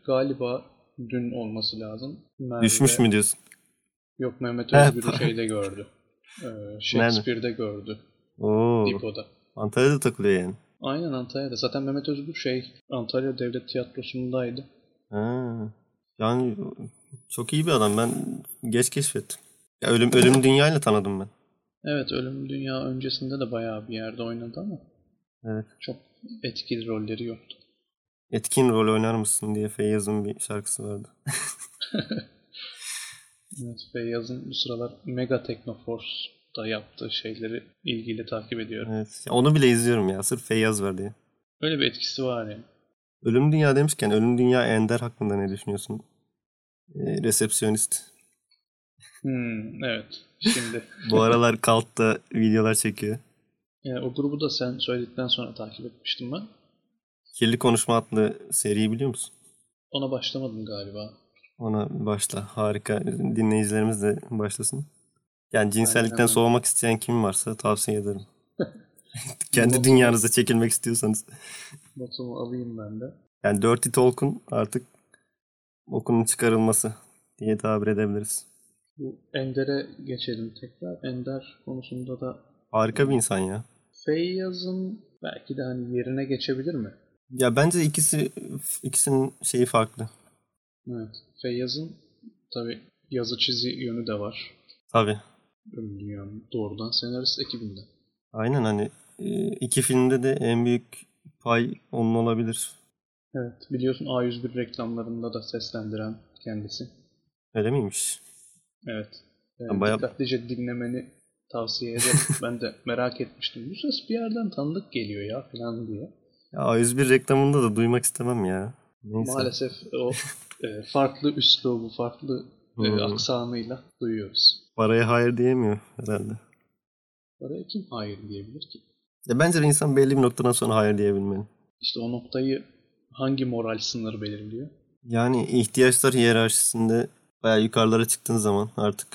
Speaker 2: galiba dün olması lazım. Merve-
Speaker 1: Düşmüş mü diyorsun?
Speaker 2: Yok Mehmet
Speaker 1: He,
Speaker 2: Özgür'ü
Speaker 1: pardon.
Speaker 2: şeyde gördü. E, Shakespeare'de gördü.
Speaker 1: Oo.
Speaker 2: Dipo'da.
Speaker 1: Antalya'da takılıyor yani.
Speaker 2: Aynen Antalya'da. Zaten Mehmet Özgür şey Antalya Devlet Tiyatrosu'ndaydı.
Speaker 1: Ha. Yani çok iyi bir adam. Ben geç keşfettim. Ya ölüm ölüm dünyayla tanıdım ben.
Speaker 2: Evet Ölüm Dünya öncesinde de bayağı bir yerde oynadı ama
Speaker 1: Evet.
Speaker 2: çok etkili rolleri yoktu.
Speaker 1: Etkin rol oynar mısın diye Feyyaz'ın bir şarkısı vardı.
Speaker 2: Evet, Feyyaz'ın bu sıralar Mega Technoforce'da yaptığı şeyleri ilgiyle takip ediyorum.
Speaker 1: Evet. Ya onu bile izliyorum ya. Sırf Feyyaz var diye.
Speaker 2: Öyle bir etkisi var yani.
Speaker 1: Ölüm Dünya demişken Ölüm Dünya Ender hakkında ne düşünüyorsun? Ee, resepsiyonist.
Speaker 2: Hmm, evet. Şimdi
Speaker 1: Bu aralar Kalt'ta videolar çekiyor.
Speaker 2: yani E, o grubu da sen söyledikten sonra takip etmiştim ben.
Speaker 1: Kirli Konuşma adlı seriyi biliyor musun?
Speaker 2: Ona başlamadım galiba.
Speaker 1: Ona başla. Harika. Dinleyicilerimiz de başlasın. Yani cinsellikten
Speaker 2: Aynen.
Speaker 1: soğumak isteyen kim varsa tavsiye ederim. Kendi
Speaker 2: Not-
Speaker 1: dünyanıza çekilmek istiyorsanız.
Speaker 2: Notumu alayım ben de.
Speaker 1: Yani Dirty Talk'un artık okunun çıkarılması diye tabir edebiliriz.
Speaker 2: Bu Ender'e geçelim tekrar. Ender konusunda da
Speaker 1: Harika bir insan ya.
Speaker 2: Feyyaz'ın belki de hani yerine geçebilir mi?
Speaker 1: Ya bence ikisi ikisinin şeyi farklı.
Speaker 2: Evet. Feyyaz'ın tabi yazı çizi yönü de var.
Speaker 1: Tabii.
Speaker 2: Ölüm Dünya'nın doğrudan senarist ekibinde.
Speaker 1: Aynen hani e, iki filmde de en büyük pay onun olabilir.
Speaker 2: Evet. Biliyorsun A101 reklamlarında da seslendiren kendisi.
Speaker 1: Öyle miymiş?
Speaker 2: Evet.
Speaker 1: Ben
Speaker 2: Ee,
Speaker 1: bayağı-
Speaker 2: Dikkatlice dinlemeni tavsiye ederim. ben de merak etmiştim. Bu ses bir yerden tanıdık geliyor ya falan diye.
Speaker 1: Ya A101 reklamında da duymak istemem ya. Neyse.
Speaker 2: Maalesef o e, farklı üslubu, farklı e,
Speaker 1: Hmm.
Speaker 2: aksanıyla duyuyoruz.
Speaker 1: Paraya hayır diyemiyor herhalde.
Speaker 2: Oraya kim hayır diyebilir ki?
Speaker 1: Ya bence bir insan belli bir noktadan sonra hayır diyebilmeli.
Speaker 2: İşte o noktayı hangi moral sınırı belirliyor?
Speaker 1: Yani ihtiyaçlar hiyerarşisinde bayağı yukarılara çıktığın zaman artık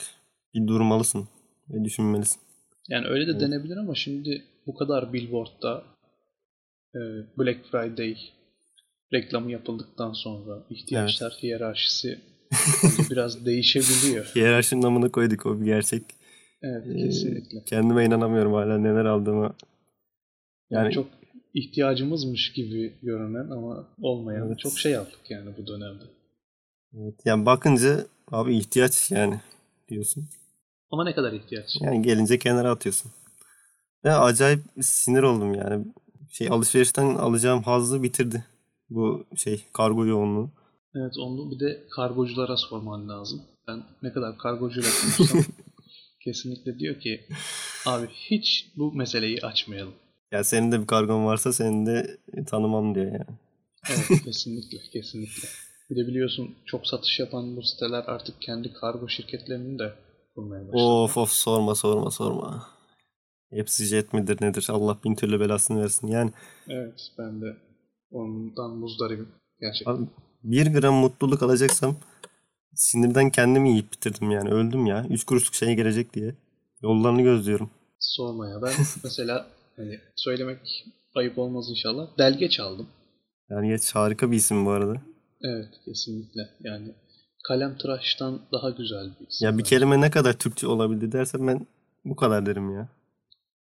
Speaker 1: bir durmalısın ve düşünmelisin.
Speaker 2: Yani öyle de denebilir ama şimdi bu kadar billboardda e, Black Friday reklamı yapıldıktan sonra ihtiyaçlar hiyerarşisi bence biraz değişebiliyor.
Speaker 1: Hiyerarşinin amına koyduk o bir gerçek.
Speaker 2: Evet
Speaker 1: Ee,
Speaker 2: kesinlikle.
Speaker 1: Kendime inanamıyorum hala neler aldığıma.
Speaker 2: Yani,
Speaker 1: Yani
Speaker 2: çok ihtiyacımızmış gibi görünen ama olmayan
Speaker 1: Evet.
Speaker 2: çok şey aldık yani bu dönemde.
Speaker 1: Evet, yani bakınca abi ihtiyaç yani diyorsun.
Speaker 2: Ama ne kadar ihtiyaç?
Speaker 1: Yani gelince kenara atıyorsun. Ve acayip sinir oldum yani. Şey alışverişten alacağım hazzı bitirdi. Bu şey kargo yoğunluğu.
Speaker 2: Evet onu bir de kargoculara sorman lazım. Ben ne kadar kargocuyla konuşsam kesinlikle diyor ki abi hiç bu meseleyi açmayalım.
Speaker 1: Ya senin de bir kargon varsa seni de tanımam diyor yani.
Speaker 2: Evet kesinlikle kesinlikle. Bir de biliyorsun çok satış yapan bu siteler artık kendi kargo şirketlerini de kurmaya başladı.
Speaker 1: Of of sorma sorma sorma. Hepsi jet midir nedir Allah bin türlü belasını versin. Yani
Speaker 2: Evet ben de ondan muzdaribim. Gerçekten.
Speaker 1: abi, bir gram mutluluk alacaksam sinirden kendimi yiyip bitirdim yani öldüm ya. Üç kuruşluk şeye gelecek diye. Yollarını gözlüyorum.
Speaker 2: Sorma ya. Ben mesela hani söylemek ayıp olmaz inşallah. Delge çaldım.
Speaker 1: Yani geç harika bir isim bu arada.
Speaker 2: Evet kesinlikle. Yani kalem tıraştan daha güzel bir isim.
Speaker 1: Ya bir
Speaker 2: bence.
Speaker 1: kelime ne kadar Türkçe olabildi dersen ben bu kadar derim ya.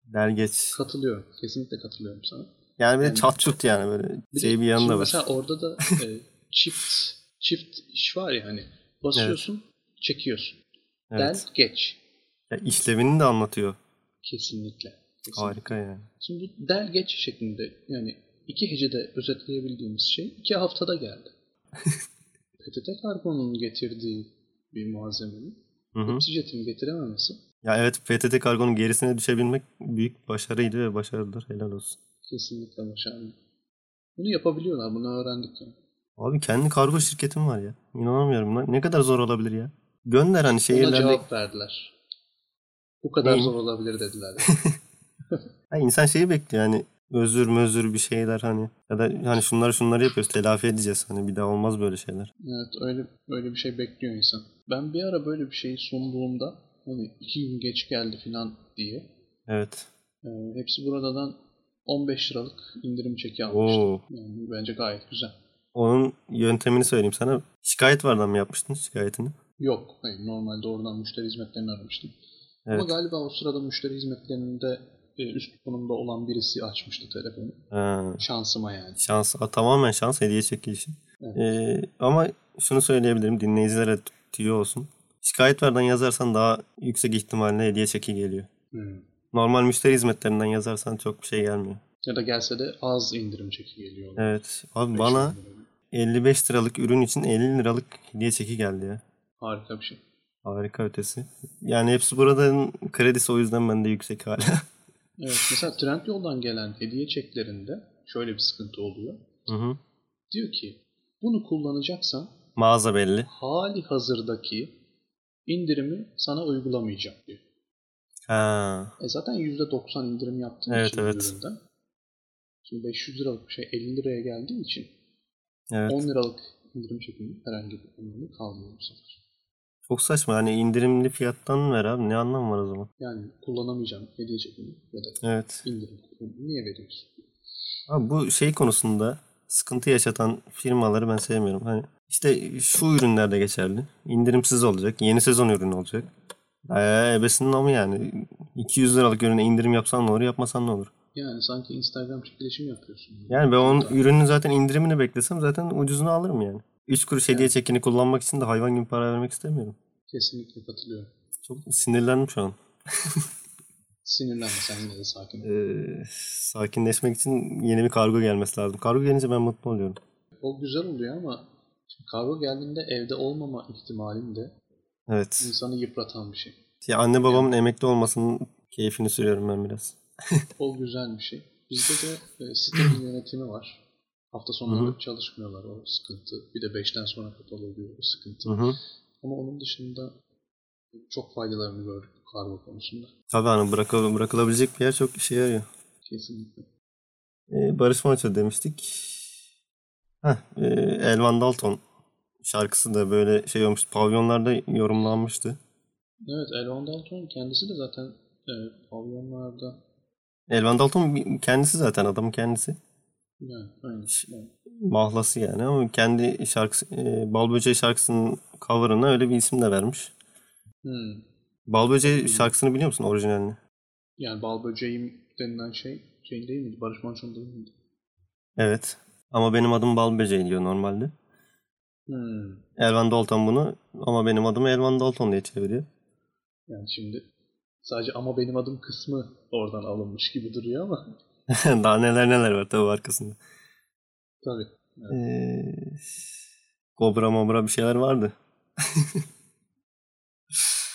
Speaker 1: Der geç.
Speaker 2: Katılıyorum. Kesinlikle katılıyorum sana.
Speaker 1: Yani böyle
Speaker 2: Yani-
Speaker 1: çat çut yani böyle
Speaker 2: de
Speaker 1: şey bir
Speaker 2: şimdi
Speaker 1: yanında var.
Speaker 2: Mesela orada da e, çift çift iş var ya hani basıyorsun, çekiyorsun.
Speaker 1: Evet.
Speaker 2: Del geç.
Speaker 1: Ya işlevini de anlatıyor.
Speaker 2: Kesinlikle. Kesinlikle.
Speaker 1: Harika yani.
Speaker 2: Şimdi bu del geç şeklinde yani iki hecede özetleyebildiğimiz şey iki haftada geldi. PTT Kargo'nun getirdiği bir malzemenin
Speaker 1: Hı hı.
Speaker 2: hepsi jetin getirememesi
Speaker 1: Ya evet PTT kargonun gerisine düşebilmek büyük başarıydı ve başarılar helal olsun.
Speaker 2: kesinlikle başarılı. Bunu yapabiliyorlar. Bunu öğrendik yani.
Speaker 1: Abi kendi kargo şirketim var ya. İnanamıyorum lan. Ne kadar zor olabilir ya. Gönder hani
Speaker 2: Buna
Speaker 1: şehirlerde.
Speaker 2: cevap verdiler. Bu kadar
Speaker 1: Neyim?
Speaker 2: zor olabilir dediler.
Speaker 1: Ha, insan şeyi bekliyor yani. Özür mözür bir şeyler hani. Ya da hani şunları şunları yapıyoruz telafi edeceğiz. Hani bir daha olmaz böyle şeyler.
Speaker 2: Evet öyle öyle bir şey bekliyor insan. Ben bir ara böyle bir şeyi sunduğumda hani iki gün geç geldi falan diye
Speaker 1: Evet.
Speaker 2: e, hepsi buradan 15 liralık indirim çeki almıştı.
Speaker 1: Oo.
Speaker 2: Yani bence gayet güzel.
Speaker 1: Onun yöntemini söyleyeyim sana. Şikayet vardan mı yapmıştın şikayetini?
Speaker 2: Yok hayır normal doğrudan müşteri hizmetlerini aramıştım.
Speaker 1: Evet.
Speaker 2: Ama galiba o sırada müşteri hizmetlerinde e, üst konumda olan birisi açmıştı telefonu.
Speaker 1: Ha,
Speaker 2: Şansıma yani.
Speaker 1: şans a, tamamen şans hediye çekilişi.
Speaker 2: Evet.
Speaker 1: Ee, ama şunu söyleyebilirim dinleyicilere tüyo olsun. Şikayet vardan yazarsan daha yüksek ihtimalle hediye çeki geliyor. Hmm.
Speaker 2: Hı.
Speaker 1: Normal müşteri hizmetlerinden yazarsan çok bir şey gelmiyor.
Speaker 2: Ya da gelse de az indirim çeki geliyor.
Speaker 1: Evet. Abi
Speaker 2: Beş
Speaker 1: bana
Speaker 2: indirim.
Speaker 1: 55 liralık ürün için 50 liralık hediye çeki geldi ya.
Speaker 2: Harika bir şey.
Speaker 1: Harika ötesi. Yani hepsi buradan kredisi o yüzden bende yüksek hala.
Speaker 2: Evet, mesela Trendyol'dan gelen hediye çeklerinde şöyle bir sıkıntı oluyor.
Speaker 1: Hı hı.
Speaker 2: Diyor ki bunu kullanacaksan
Speaker 1: Mağaza belli.
Speaker 2: hali hazırdaki indirimi sana uygulamayacağım diyor.
Speaker 1: Ha.
Speaker 2: E zaten %90 indirim yaptığın
Speaker 1: Evet,
Speaker 2: için
Speaker 1: evet.
Speaker 2: üründen. Şimdi 500 liralık bir şey 50 liraya geldiği için
Speaker 1: Evet.
Speaker 2: 10 liralık indirim çekinin herhangi bir önemi kalmıyor bu sefer.
Speaker 1: Çok saçma. Hani indirimli fiyattan ver abi. Ne anlamı var o zaman?
Speaker 2: Yani kullanamayacağım hediye çekini ya da
Speaker 1: Evet.
Speaker 2: indirim kuponunu niye veriyorsun?
Speaker 1: Abi bu şey konusunda sıkıntı yaşatan firmaları ben sevmiyorum. Hani işte şu ürünlerde geçerli. İndirimsiz olacak. Yeni sezon ürünü olacak. Eee ebesinin ama yani. 200 liralık ürüne indirim yapsan ne olur yapmasan ne olur.
Speaker 2: Yani sanki Instagram çekilişi mi yapıyorsun?
Speaker 1: Yani ben onun ürünün zaten indirimini beklesem zaten ucuzunu alırım yani. 3 kuruş hediye çekini kullanmak için de hayvan gibi para vermek istemiyorum.
Speaker 2: Kesinlikle katılıyorum.
Speaker 1: Çok sinirlendim şu an.
Speaker 2: Sinirlenme sen yine de sakin. ol.
Speaker 1: Ee, sakinleşmek için yeni bir kargo gelmesi lazım. Kargo gelince ben mutlu oluyorum.
Speaker 2: O güzel oluyor ama şimdi kargo geldiğinde evde olmama ihtimalin de
Speaker 1: Evet.
Speaker 2: insanı yıpratan bir şey.
Speaker 1: Ya anne babamın emekli olmasının keyfini sürüyorum ben biraz.
Speaker 2: O güzel bir şey. Bizde de e, sitenin yönetimi var. Hafta sonları çalışmıyorlar o sıkıntı. Bir de 5'ten sonra kapalı oluyor o sıkıntı.
Speaker 1: Hı hı.
Speaker 2: Ama onun dışında çok faydalarını gördük bu kargo konusunda.
Speaker 1: Tabii hani bırakı- bırakılabilecek bir yer çok işe yarıyor.
Speaker 2: Kesinlikle.
Speaker 1: Ee, Barış Manço demiştik. Heh, e, Elvan Dalton şarkısı da böyle şey olmuş. Pavyonlarda yorumlanmıştı. Evet,
Speaker 2: Elon Dalton kendisi de zaten e, pavyonlarda
Speaker 1: Elvan Dalton bir- kendisi zaten adamın kendisi.
Speaker 2: yani aynı. Yani,
Speaker 1: Mahlası yani ama kendi şarkısı e, Bal Böceği şarkısının cover'ına öyle bir isim de vermiş.
Speaker 2: hmm.
Speaker 1: Bal Böceği şarkısını biliyor musun orijinalini?
Speaker 2: yani bal böceğim denilen şey şey değil miydi? Barış Manço'nun değil miydi?
Speaker 1: Evet. Ama benim adım Bal Böceği diyor normalde.
Speaker 2: Hmm.
Speaker 1: Elvan Dalton bunu ama benim adımı Elvan Dalton diye çeviriyor.
Speaker 2: Yani şimdi sadece ama benim adım kısmı oradan alınmış gibi duruyor ama
Speaker 1: Daha neler neler var tabii arkasında.
Speaker 2: tabii.
Speaker 1: Ee, Gobra mobra bir şeyler vardı.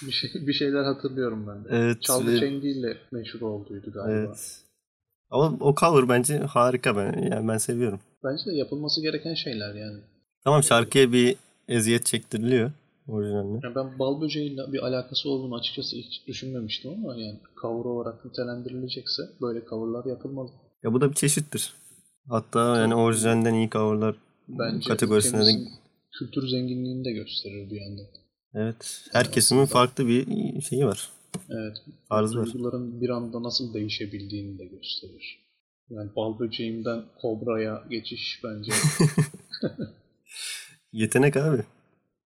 Speaker 2: Bir, şey, bir şeyler hatırlıyorum ben de.
Speaker 1: Evet.
Speaker 2: Çalgı
Speaker 1: ve-
Speaker 2: Çengi'yle meşhur olduydu galiba.
Speaker 1: evet. Ama o cover bence harika ben yani ben seviyorum.
Speaker 2: Bence de yapılması gereken şeyler yani.
Speaker 1: Tamam şarkıya bir eziyet çektiriliyor orijinalde.
Speaker 2: yani ben bal böceğiyle bir alakası olduğunu açıkçası hiç düşünmemiştim ama yani cover olarak nitelendirilecekse böyle coverlar yapılmalı.
Speaker 1: Ya bu da bir çeşittir. Hatta yani orijinalden iyi coverlar
Speaker 2: Bence
Speaker 1: kategorisine de
Speaker 2: ülkemizin kültür zenginliğini de gösterir bir yandan.
Speaker 1: evet her kesimin farklı bir şeyi var.
Speaker 2: Evet.
Speaker 1: Tarzı var.
Speaker 2: Duyguların bir anda nasıl değişebildiğini de gösterir. Yani bal böceğimden kobraya geçiş bence
Speaker 1: Yetenek abi.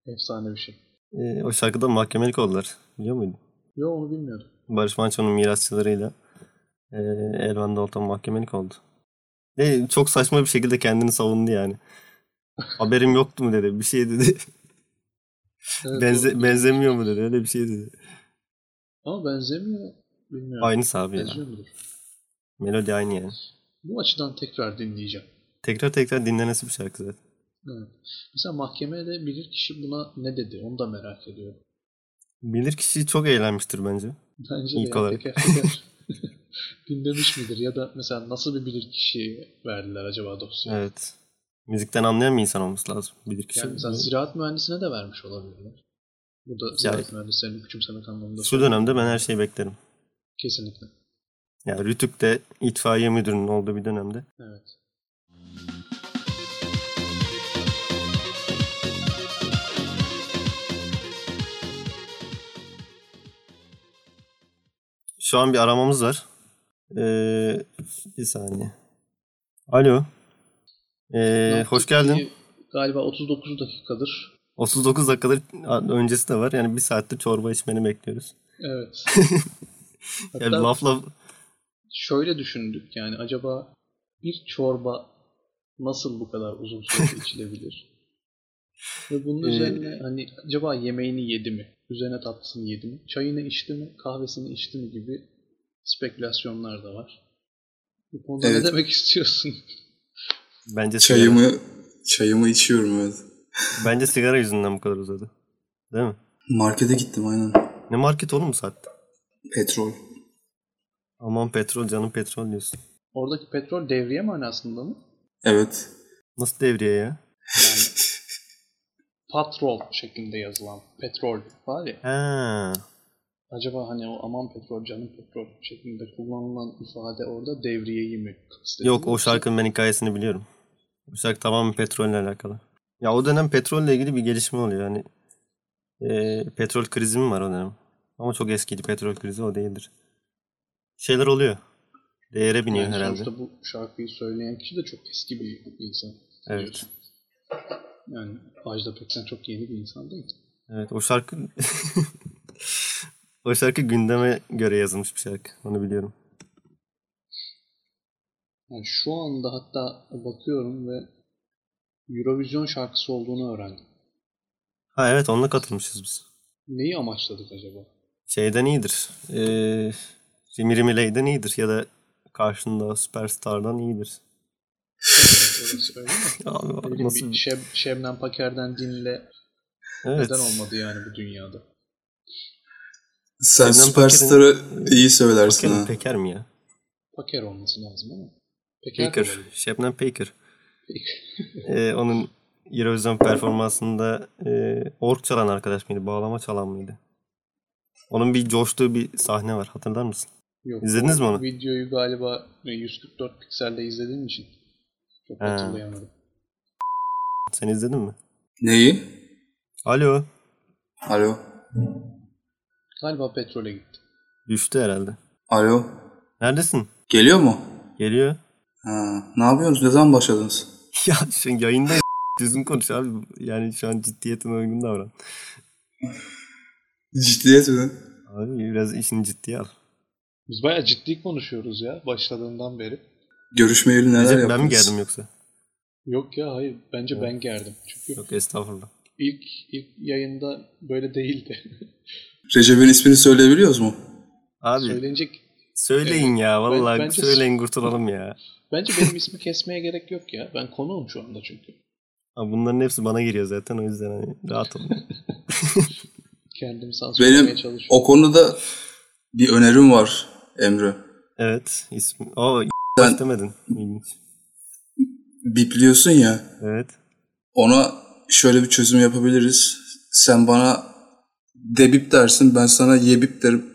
Speaker 2: efsane bir şey.
Speaker 1: Ee, o şarkıda mahkemelik oldular. Biliyor muydun?
Speaker 2: Yo onu bilmiyordum.
Speaker 1: Barış Manço'nun mirasçılarıyla e, Elvan Dalton mahkemelik oldu. Ve çok saçma bir şekilde kendini savundu yani. Haberim yoktu mu dedi. Bir şey dedi.
Speaker 2: Evet,
Speaker 1: Benze-
Speaker 2: doğru.
Speaker 1: benzemiyor mu dedi. Öyle bir şey dedi.
Speaker 2: Ama benzemiyor. Bilmiyorum.
Speaker 1: Aynısı abi ya.
Speaker 2: Benziyor mudur?
Speaker 1: Melodi aynı yani.
Speaker 2: Bu açıdan tekrar dinleyeceğim.
Speaker 1: Tekrar tekrar dinlenesi bir şarkı zaten.
Speaker 2: Evet. Mesela mahkemede bilir kişi buna ne dedi onu da merak ediyorum.
Speaker 1: Bilir kişi çok eğlenmiştir bence.
Speaker 2: Bence de
Speaker 1: İlk
Speaker 2: yani
Speaker 1: olarak.
Speaker 2: teker teker dinlemiş midir ya da mesela nasıl bir bilir kişi verdiler acaba dosyaya?
Speaker 1: Evet. Müzikten anlayan bir insan olması lazım. Bilir kişi.
Speaker 2: Yani mesela ziraat mühendisine de vermiş olabilirler. Bu da ziraat mühendislerini küçümsemek anlamında
Speaker 1: Şu dönemde ben her şeyi beklerim.
Speaker 2: kesinlikle.
Speaker 1: Yani Rütük'te itfaiye müdürünün olduğu bir dönemde
Speaker 2: Evet.
Speaker 1: Şu an bir aramamız var. Ee, bir saniye. Alo. Ee, hoş
Speaker 2: Yaptık
Speaker 1: geldin.
Speaker 2: ki Galiba 39 dakikadır.
Speaker 1: 39 dakikadır öncesi de var. Yani bir saattir çorba içmeni bekliyoruz.
Speaker 2: Evet.
Speaker 1: Yani
Speaker 2: Hatta
Speaker 1: laf laf
Speaker 2: şöyle düşündük yani acaba bir çorba nasıl bu kadar uzun süre içilebilir? Ve bunun
Speaker 1: Ee,
Speaker 2: üzerine hani acaba yemeğini yedi mi? Üzerine tatlısını yedi mi? Çayını içti mi? Kahvesini içti mi gibi spekülasyonlar da var. Bu konuda
Speaker 3: Evet.
Speaker 2: ne demek istiyorsun?
Speaker 1: bence sigara,
Speaker 3: Çayımı çayımı içiyorum evet.
Speaker 1: bence sigara yüzünden bu kadar uzadı. Değil mi?
Speaker 3: Markete gittim aynen.
Speaker 1: Ne market oğlum bu saatte?
Speaker 3: Petrol.
Speaker 1: Aman petrol canım petrol diyorsun.
Speaker 2: Oradaki petrol devriye manasında mı?
Speaker 3: Evet.
Speaker 1: Nasıl devriye ya?
Speaker 2: Yani patrol şeklinde yazılan petrol var ya.
Speaker 1: Ha.
Speaker 2: Acaba hani o aman petrol canım petrol şeklinde kullanılan ifade orada devriyeyi mi kastediyor?
Speaker 1: Yok o şarkının ben hikayesini biliyorum. O şarkı tamamen petrolle alakalı. Ya o dönem petrolle ilgili bir gelişme oluyor. Yani e, petrol krizi mi var o dönem? Ama çok eskiydi petrol krizi o değildir. Şeyler oluyor. Değere biniyor
Speaker 2: Yani
Speaker 1: herhalde.
Speaker 2: Sonuçta bu şarkıyı söyleyen kişi de çok eski bir insan.
Speaker 1: Evet.
Speaker 2: Yani Ajda Pekkan çok yeni bir insan değil.
Speaker 1: Evet o şarkı o şarkı gündeme göre yazılmış bir şarkı. Onu biliyorum.
Speaker 2: Yani şu anda hatta bakıyorum ve Eurovision şarkısı olduğunu öğrendim.
Speaker 1: Ha evet onunla katılmışız biz.
Speaker 2: Neyi amaçladık acaba?
Speaker 1: Şeyden iyidir. Ee, Jimmy Rimiley'den iyidir ya da karşında Superstar'dan iyidir.
Speaker 2: Orası öyle mi?
Speaker 1: Abi,
Speaker 2: Ne bileyim,
Speaker 1: nasıl
Speaker 2: bir Şeb- Şebnem Paker'den dinle
Speaker 1: Evet.
Speaker 2: neden olmadı yani bu dünyada?
Speaker 3: Sen
Speaker 1: Senden
Speaker 3: Superstar'ı iyi söylersin
Speaker 1: Peker, mi,
Speaker 3: ha.
Speaker 1: Peker mi ya?
Speaker 2: Paker olması lazım ama. Peker.
Speaker 1: Peker.
Speaker 2: olabilir.
Speaker 1: Şebnem Peker. Ee, onun Eurovision performansında e, ork çalan arkadaş mıydı? Bağlama çalan mıydı? Onun bir coştuğu bir sahne var. Hatırlar mısın?
Speaker 2: Yok.
Speaker 1: İzlediniz mi onu?
Speaker 2: Videoyu galiba e, 144 pikselde izlediğim için çok
Speaker 1: Ha.
Speaker 2: hatırlayamadım.
Speaker 1: Sen izledin mi?
Speaker 3: Neyi?
Speaker 1: Alo.
Speaker 3: Alo.
Speaker 2: Galiba petrole gitti.
Speaker 1: Düştü herhalde.
Speaker 3: Alo.
Speaker 1: Neredesin?
Speaker 3: Geliyor mu?
Speaker 1: Geliyor.
Speaker 3: Ha, ne yapıyorsunuz? Ne zaman başladınız?
Speaker 1: ya şu yayında düzgün konuş abi. Yani şu an ciddiyetine uygun davran.
Speaker 3: Ciddiyet mi?
Speaker 1: Abi biraz işini ciddiye al.
Speaker 2: Biz bayağı ciddi konuşuyoruz ya başladığından beri.
Speaker 3: Görüşmeyeli neler
Speaker 1: Recep
Speaker 3: yaptınız?
Speaker 1: ben mi geldim yoksa?
Speaker 2: Yok ya hayır bence
Speaker 1: Yok.
Speaker 2: ben gerdim. Çünkü
Speaker 1: Yok estağfurullah.
Speaker 2: ilk ilk yayında böyle değildi.
Speaker 3: Recep'in ismini söyleyebiliyoruz mu?
Speaker 1: Abi
Speaker 2: Söylenecek.
Speaker 1: söyleyin ya vallahi
Speaker 2: bence-
Speaker 1: söyleyin kurtulalım ya.
Speaker 2: Bence benim ismi kesmeye gerek yok ya. Ben konuğum şu anda çünkü.
Speaker 1: Abi bunların hepsi bana giriyor zaten o yüzden hani rahat olun.
Speaker 2: Kendimi sansürlemeye
Speaker 3: Benim
Speaker 2: çalışıyorum.
Speaker 3: o konuda bir önerim var Emre.
Speaker 1: evet ismi. O
Speaker 3: Sen-
Speaker 1: istemedin. İlginç.
Speaker 3: Bipliyorsun ya.
Speaker 1: Evet.
Speaker 3: Ona şöyle bir çözüm yapabiliriz. Sen bana debip dersin, ben sana yebip derim.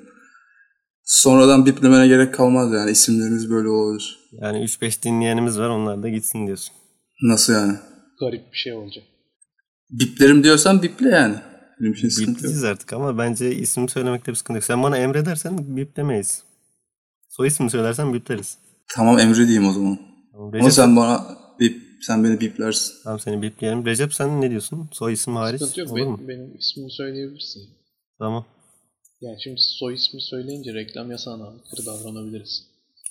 Speaker 3: Sonradan biplemene gerek kalmaz yani isimlerimiz böyle olabilir.
Speaker 1: Yani 3-5 dinleyenimiz var onlar da gitsin diyorsun.
Speaker 3: Nasıl yani?
Speaker 2: Garip bir şey olacak.
Speaker 3: Biplerim diyorsan biple yani. Benim için sıkıntı yok.
Speaker 1: Bipleyeceğiz artık ama bence isim söylemekte bir sıkıntı yok. Sen bana Emre dersen biplemeyiz. Soy ismi söylersen bipleriz.
Speaker 3: Tamam Emre diyeyim o zaman.
Speaker 1: Tamam,
Speaker 3: Ama
Speaker 1: Recep,
Speaker 3: sen bana bip, sen beni biplersin.
Speaker 1: tamam seni bipleyelim. Recep sen ne diyorsun? Soy isim hariç
Speaker 2: Sıkıntı yok.
Speaker 1: olur mu?
Speaker 2: Benim, benim ismimi söyleyebilirsin.
Speaker 1: Tamam.
Speaker 2: Yani şimdi soy ismi söyleyince reklam yasağına aykırı davranabiliriz.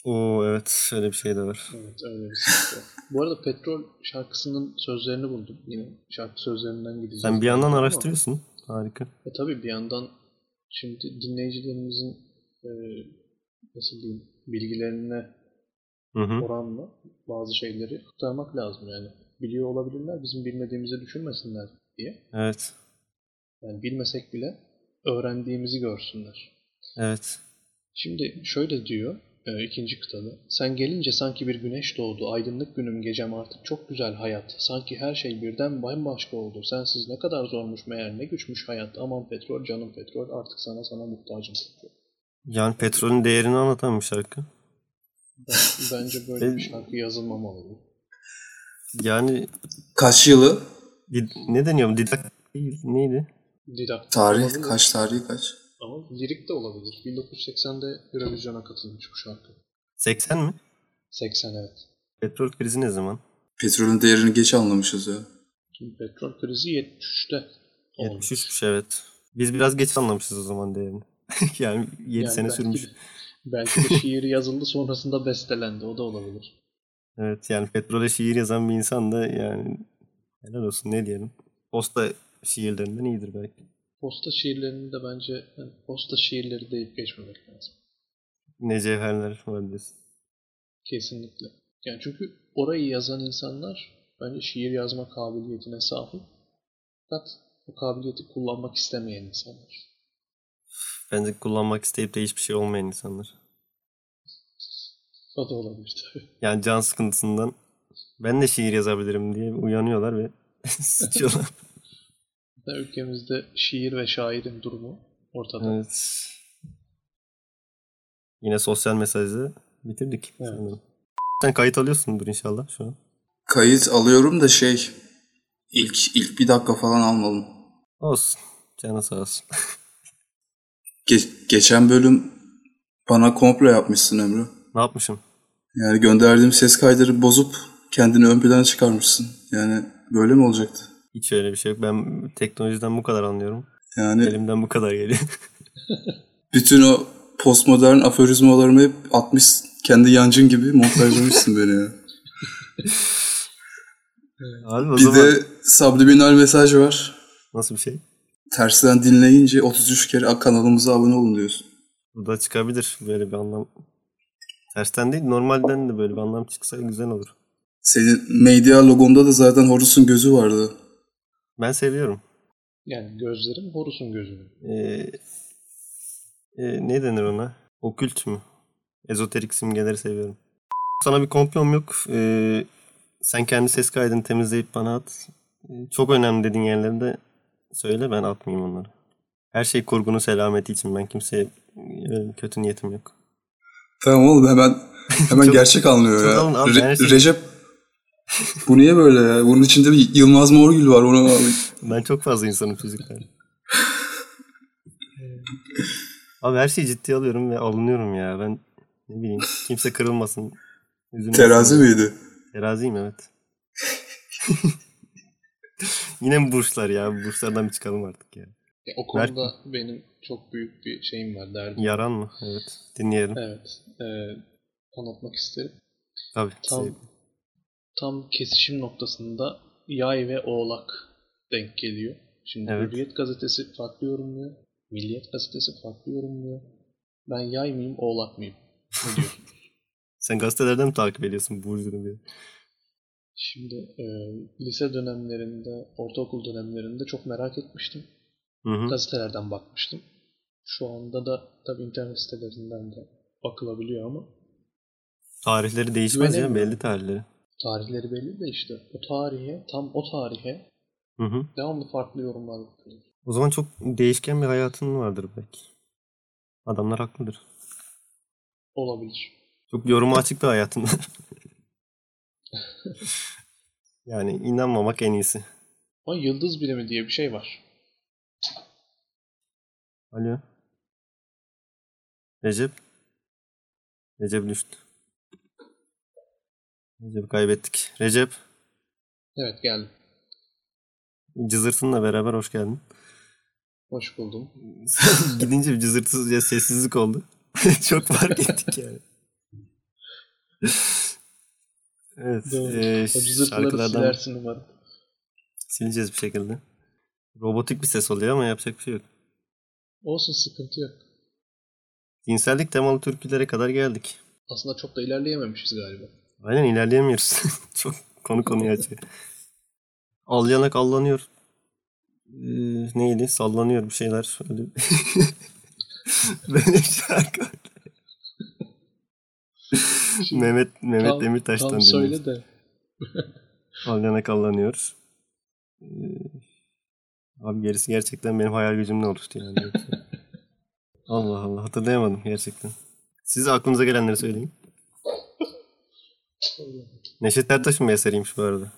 Speaker 1: Oo evet şöyle bir şey de var.
Speaker 2: Evet öyle bir sıkıntı. var. Bu arada Petrol şarkısının sözlerini buldum. Yine şarkı sözlerinden gideceğiz.
Speaker 1: Sen bir yandan
Speaker 2: Ama-
Speaker 1: araştırıyorsun. Harika.
Speaker 2: E tabii bir yandan şimdi dinleyicilerimizin e, nasıl diyeyim bilgilerine
Speaker 1: Hı hı.
Speaker 2: oranla bazı şeyleri aktarmak lazım yani. biliyor olabilirler. Bizim bilmediğimizi düşünmesinler diye.
Speaker 1: Evet.
Speaker 2: Yani bilmesek bile öğrendiğimizi görsünler.
Speaker 1: Evet.
Speaker 2: Şimdi şöyle diyor e, ikinci kıtada. Sen gelince sanki bir güneş doğdu. Aydınlık günüm gecem artık çok güzel hayat. Sanki her şey birden bambaşka oldu. Sensiz ne kadar zormuş meğer ne güçmüş hayat. Aman petrol canım petrol artık sana sana muhtacım. diyor.
Speaker 1: Yani petrolün değerini anlatan bir şarkı.
Speaker 2: Ben- Bence böyle bir şarkı yazılmamalıydı.
Speaker 1: Yani
Speaker 3: Kaç yılı?
Speaker 1: did- ne deniyor? Didaktik değil. Neydi?
Speaker 2: Didaktik
Speaker 3: Tarih
Speaker 2: olabilir
Speaker 3: kaç? Tarihi kaç?
Speaker 2: ama lirik de olabilir. 1980'de Eurovision'a katılmış bu şarkı.
Speaker 1: 80 mi?
Speaker 2: 80 evet.
Speaker 1: Petrol krizi ne zaman?
Speaker 3: Petrolün değerini geç anlamışız ya.
Speaker 2: Şimdi petrol krizi 73'te olmuş.
Speaker 1: 73'müş evet. Biz biraz geç anlamışız o zaman değerini. yani 7
Speaker 2: Yani
Speaker 1: sene
Speaker 2: belki-
Speaker 1: sürmüş.
Speaker 2: Belki de şiir yazıldı sonrasında bestelendi. O da olabilir.
Speaker 1: Evet yani petrole şiir yazan bir insan da yani helal olsun ne diyelim. Posta şiirlerinden iyidir belki.
Speaker 2: Posta şiirlerini de bence yani posta şiirleri deyip geçmemek lazım.
Speaker 1: Ne cevherler olabilir.
Speaker 2: Kesinlikle. Yani çünkü orayı yazan insanlar bence şiir yazma kabiliyetine sahip. Fakat bu kabiliyeti kullanmak istemeyen insanlar.
Speaker 1: Bence kullanmak isteyip de hiçbir şey olmayan insanlar.
Speaker 2: O da olabilir tabii.
Speaker 1: Yani can sıkıntısından ben de şiir yazabilirim diye uyanıyorlar ve sıçıyorlar.
Speaker 2: Hatta ülkemizde şiir ve şairin durumu ortada.
Speaker 1: evet. Yine sosyal mesajı bitirdik.
Speaker 2: Evet.
Speaker 1: sanırım. Sen kayıt alıyorsundur inşallah şu an.
Speaker 3: Kayıt alıyorum da şey ilk ilk bir dakika falan almalım.
Speaker 1: Olsun. Canı sağ olsun.
Speaker 3: Ge- geçen bölüm bana komplo yapmışsın Emre.
Speaker 1: ne yapmışım?
Speaker 3: Yani gönderdiğim ses kaydları bozup kendini ön plana çıkarmışsın. Yani böyle mi olacaktı?
Speaker 1: Hiç öyle bir şey yok. Ben teknolojiden bu kadar anlıyorum.
Speaker 3: Yani
Speaker 1: Elimden bu kadar geliyor.
Speaker 3: bütün o postmodern aforizmalarımı hep atmış kendi yancın gibi montajlamışsın beni ya.
Speaker 1: Abi o
Speaker 3: Bir
Speaker 1: zaman
Speaker 3: de subliminal mesaj var.
Speaker 1: nasıl bir şey?
Speaker 3: Tersten dinleyince 33 kere kanalımıza abone olun diyorsun.
Speaker 1: Bu da çıkabilir böyle bir anlam. Tersten değil normalden de böyle bir anlam çıksa güzel olur.
Speaker 3: Senin medya logonda da zaten Horus'un gözü vardı.
Speaker 1: Ben seviyorum.
Speaker 2: Yani gözlerim horusun gözünü.
Speaker 1: Ee, e, ne denir ona? Okült mü? Ezoterik simgeleri seviyorum. Sana bir komplom yok. Ee, sen kendi ses kaydını temizleyip bana at. Ee, çok önemli dediğin yerlerinde söyle ben atmayayım onları. Her şey kurgunun selameti için. Ben kimseye öyle bir kötü niyetim yok.
Speaker 3: Tamam oğlum hemen hemen
Speaker 1: Çok-
Speaker 3: gerçek anlıyor ya.
Speaker 1: Tutalım abi,
Speaker 3: Re-
Speaker 1: her şey-
Speaker 3: Recep bu niye böyle ya? Bunun içinde bir Yılmaz Morgül var. Ona
Speaker 1: Ben çok fazla insanım çocuklar. Abi her şeyi ciddiye alıyorum ve alınıyorum ya. Ben ne bileyim kimse kırılmasın. üzülmesin.
Speaker 3: terazi miydi?
Speaker 1: Teraziyim evet. Yine mi burçlar ya? Bu Burçlardan bir çıkalım artık ya.
Speaker 2: Ya, o konuda benim çok büyük bir şeyim var derdim.
Speaker 1: Yaran mı? Evet. Dinleyelim.
Speaker 2: Evet. E, anlatmak isterim.
Speaker 1: Tabii.
Speaker 2: Tam
Speaker 1: Şey-
Speaker 2: tam kesişim noktasında yay ve oğlak denk geliyor. Şimdi
Speaker 1: Evet.
Speaker 2: Hürriyet gazetesi farklı yorumluyor. Milliyet gazetesi farklı yorumluyor. Ben yay mıyım oğlak mıyım? Ne diyorsun?
Speaker 1: Sen gazetelerden mi takip ediyorsun burcunu diye?
Speaker 2: Şimdi e, lise dönemlerinde, ortaokul dönemlerinde çok merak etmiştim.
Speaker 1: Hı hı.
Speaker 2: Gazetelerden bakmıştım. Şu anda da tabii internet sitelerinden de bakılabiliyor ama
Speaker 1: Tarihleri değişmez ya.
Speaker 2: Güvenemiyorum.
Speaker 1: Belli tarihleri.
Speaker 2: tarihleri belli de işte o tarihe, tam o tarihe
Speaker 1: Hı hı.
Speaker 2: devamlı farklı yorumlar yapılıyor.
Speaker 1: O zaman çok değişken bir hayatın vardır belki. Adamlar haklıdır.
Speaker 2: Olabilir.
Speaker 1: Çok yoruma açık bir hayatın var. yani inanmamak en iyisi.
Speaker 2: Ama yıldız bilimi diye bir şey var.
Speaker 1: Alo. Recep. Recep düştü. Recep'i kaybettik. Recep,
Speaker 2: Evet geldim.
Speaker 1: cızırtınla beraber hoş geldin.
Speaker 2: Hoş buldum.
Speaker 1: Sen Gidince bir cızırtısız ya sessizlik oldu. Çok fark ettik yani. evet.
Speaker 2: Doğru.
Speaker 1: eee,
Speaker 2: o cızırtıları
Speaker 1: şarkılardan
Speaker 2: silersin umarım.
Speaker 1: sileceğiz bir şekilde. Robotik bir ses oluyor ama yapacak bir şey yok.
Speaker 2: Olsun sıkıntı yok.
Speaker 1: Cinsellik temalı türkülere kadar geldik.
Speaker 2: Aslında çok da ilerleyememişiz galiba.
Speaker 1: Aynen ilerleyemiyoruz. Çok Konu konuyu açıyor. Al yanak allanıyor. Ee, neydi? Sallanıyor bir şeyler. Öyle. Böyle bir şarkı. Mehmet Mehmet
Speaker 2: Tam-
Speaker 1: Demirtaş'tan
Speaker 2: Tam
Speaker 1: dinliyoruz.
Speaker 2: söyle de.
Speaker 1: Al yanak allanıyor. Ee, abi gerisi gerçekten benim hayal gücümle oluştu yani. Yoksa- Allah Allah hatırlayamadım gerçekten. Siz aklınıza gelenleri söyleyin. Neşet Ertaş'ın bir eseriymiş bu arada.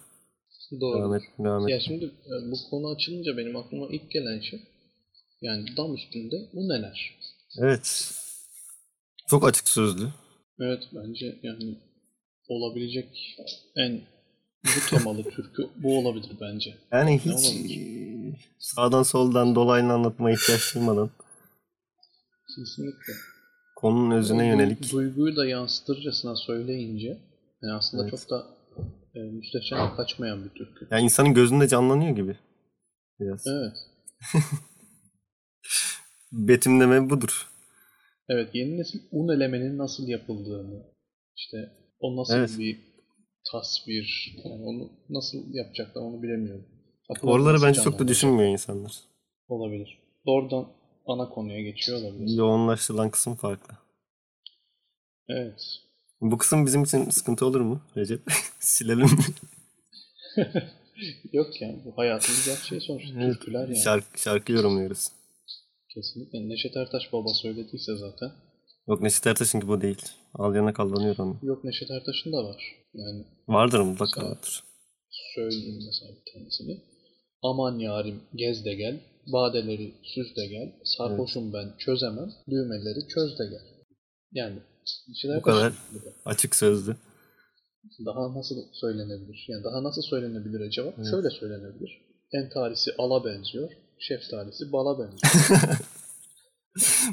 Speaker 2: Doğru.
Speaker 1: Rahmet, rahmet.
Speaker 2: Ya şimdi e, bu konu açılınca benim aklıma ilk gelen şey yani dam üstünde bu neler?
Speaker 1: Evet. Çok açık sözlü.
Speaker 2: Evet bence yani olabilecek en yutamalı türkü bu olabilir bence.
Speaker 1: Yani
Speaker 2: Ne
Speaker 1: hiç
Speaker 2: olabilir?
Speaker 1: eee, sağdan soldan dolaylı anlatmaya ihtiyaç duymadan
Speaker 2: Kesinlikle.
Speaker 1: konunun özüne
Speaker 2: O
Speaker 1: yönelik.
Speaker 2: Duyguyu da yansıtırcasına söyleyince yani aslında
Speaker 1: Evet.
Speaker 2: çok da e, müstehcen kaçmayan bir türkü.
Speaker 1: Yani insanın gözünde canlanıyor gibi. Biraz.
Speaker 2: Evet.
Speaker 1: Betimleme budur.
Speaker 2: Evet yeni nesil un elemenin nasıl yapıldığını işte o nasıl
Speaker 1: Evet.
Speaker 2: bir tasvir yani onu nasıl yapacaklar onu bilemiyorum. Akıl
Speaker 1: Oraları
Speaker 2: nasıl
Speaker 1: bence çok da
Speaker 2: canlandıracak?
Speaker 1: düşünmüyor insanlar.
Speaker 2: Olabilir. Doğrudan ana konuya geçiyor olabilir.
Speaker 1: Yoğunlaştırılan kısım farklı.
Speaker 2: Evet.
Speaker 1: Bu kısım bizim için sıkıntı olur mu Recep? Silelim mi?
Speaker 2: Yok yani bu hayatın bir gerçeği sonuçta
Speaker 1: Evet.
Speaker 2: türküler yani.
Speaker 1: Şarkı, şarkı yorumluyoruz.
Speaker 2: Kesinlikle. Neşet Ertaş baba söylediyse zaten.
Speaker 1: Yok Neşet Ertaş'ınki bu değil. Al yana kallanıyor onu.
Speaker 2: Yok Neşet Ertaş'ın da var. Yani
Speaker 1: Vardır mutlaka vardır.
Speaker 2: söyleyeyim mesela bir tanesini. Aman yarim gez de gel, badeleri süz de gel, sarhoşum ben çözemem, düğmeleri çöz de gel. Yani Neşet
Speaker 1: Bu
Speaker 2: Ertaş
Speaker 1: kadar.
Speaker 2: gibi.
Speaker 1: Açık sözlü.
Speaker 2: daha nasıl söylenebilir? Yani daha nasıl söylenebilir acaba?
Speaker 1: Evet.
Speaker 2: Şöyle söylenebilir. Entarisi ala benziyor, şeftalisi bala benziyor.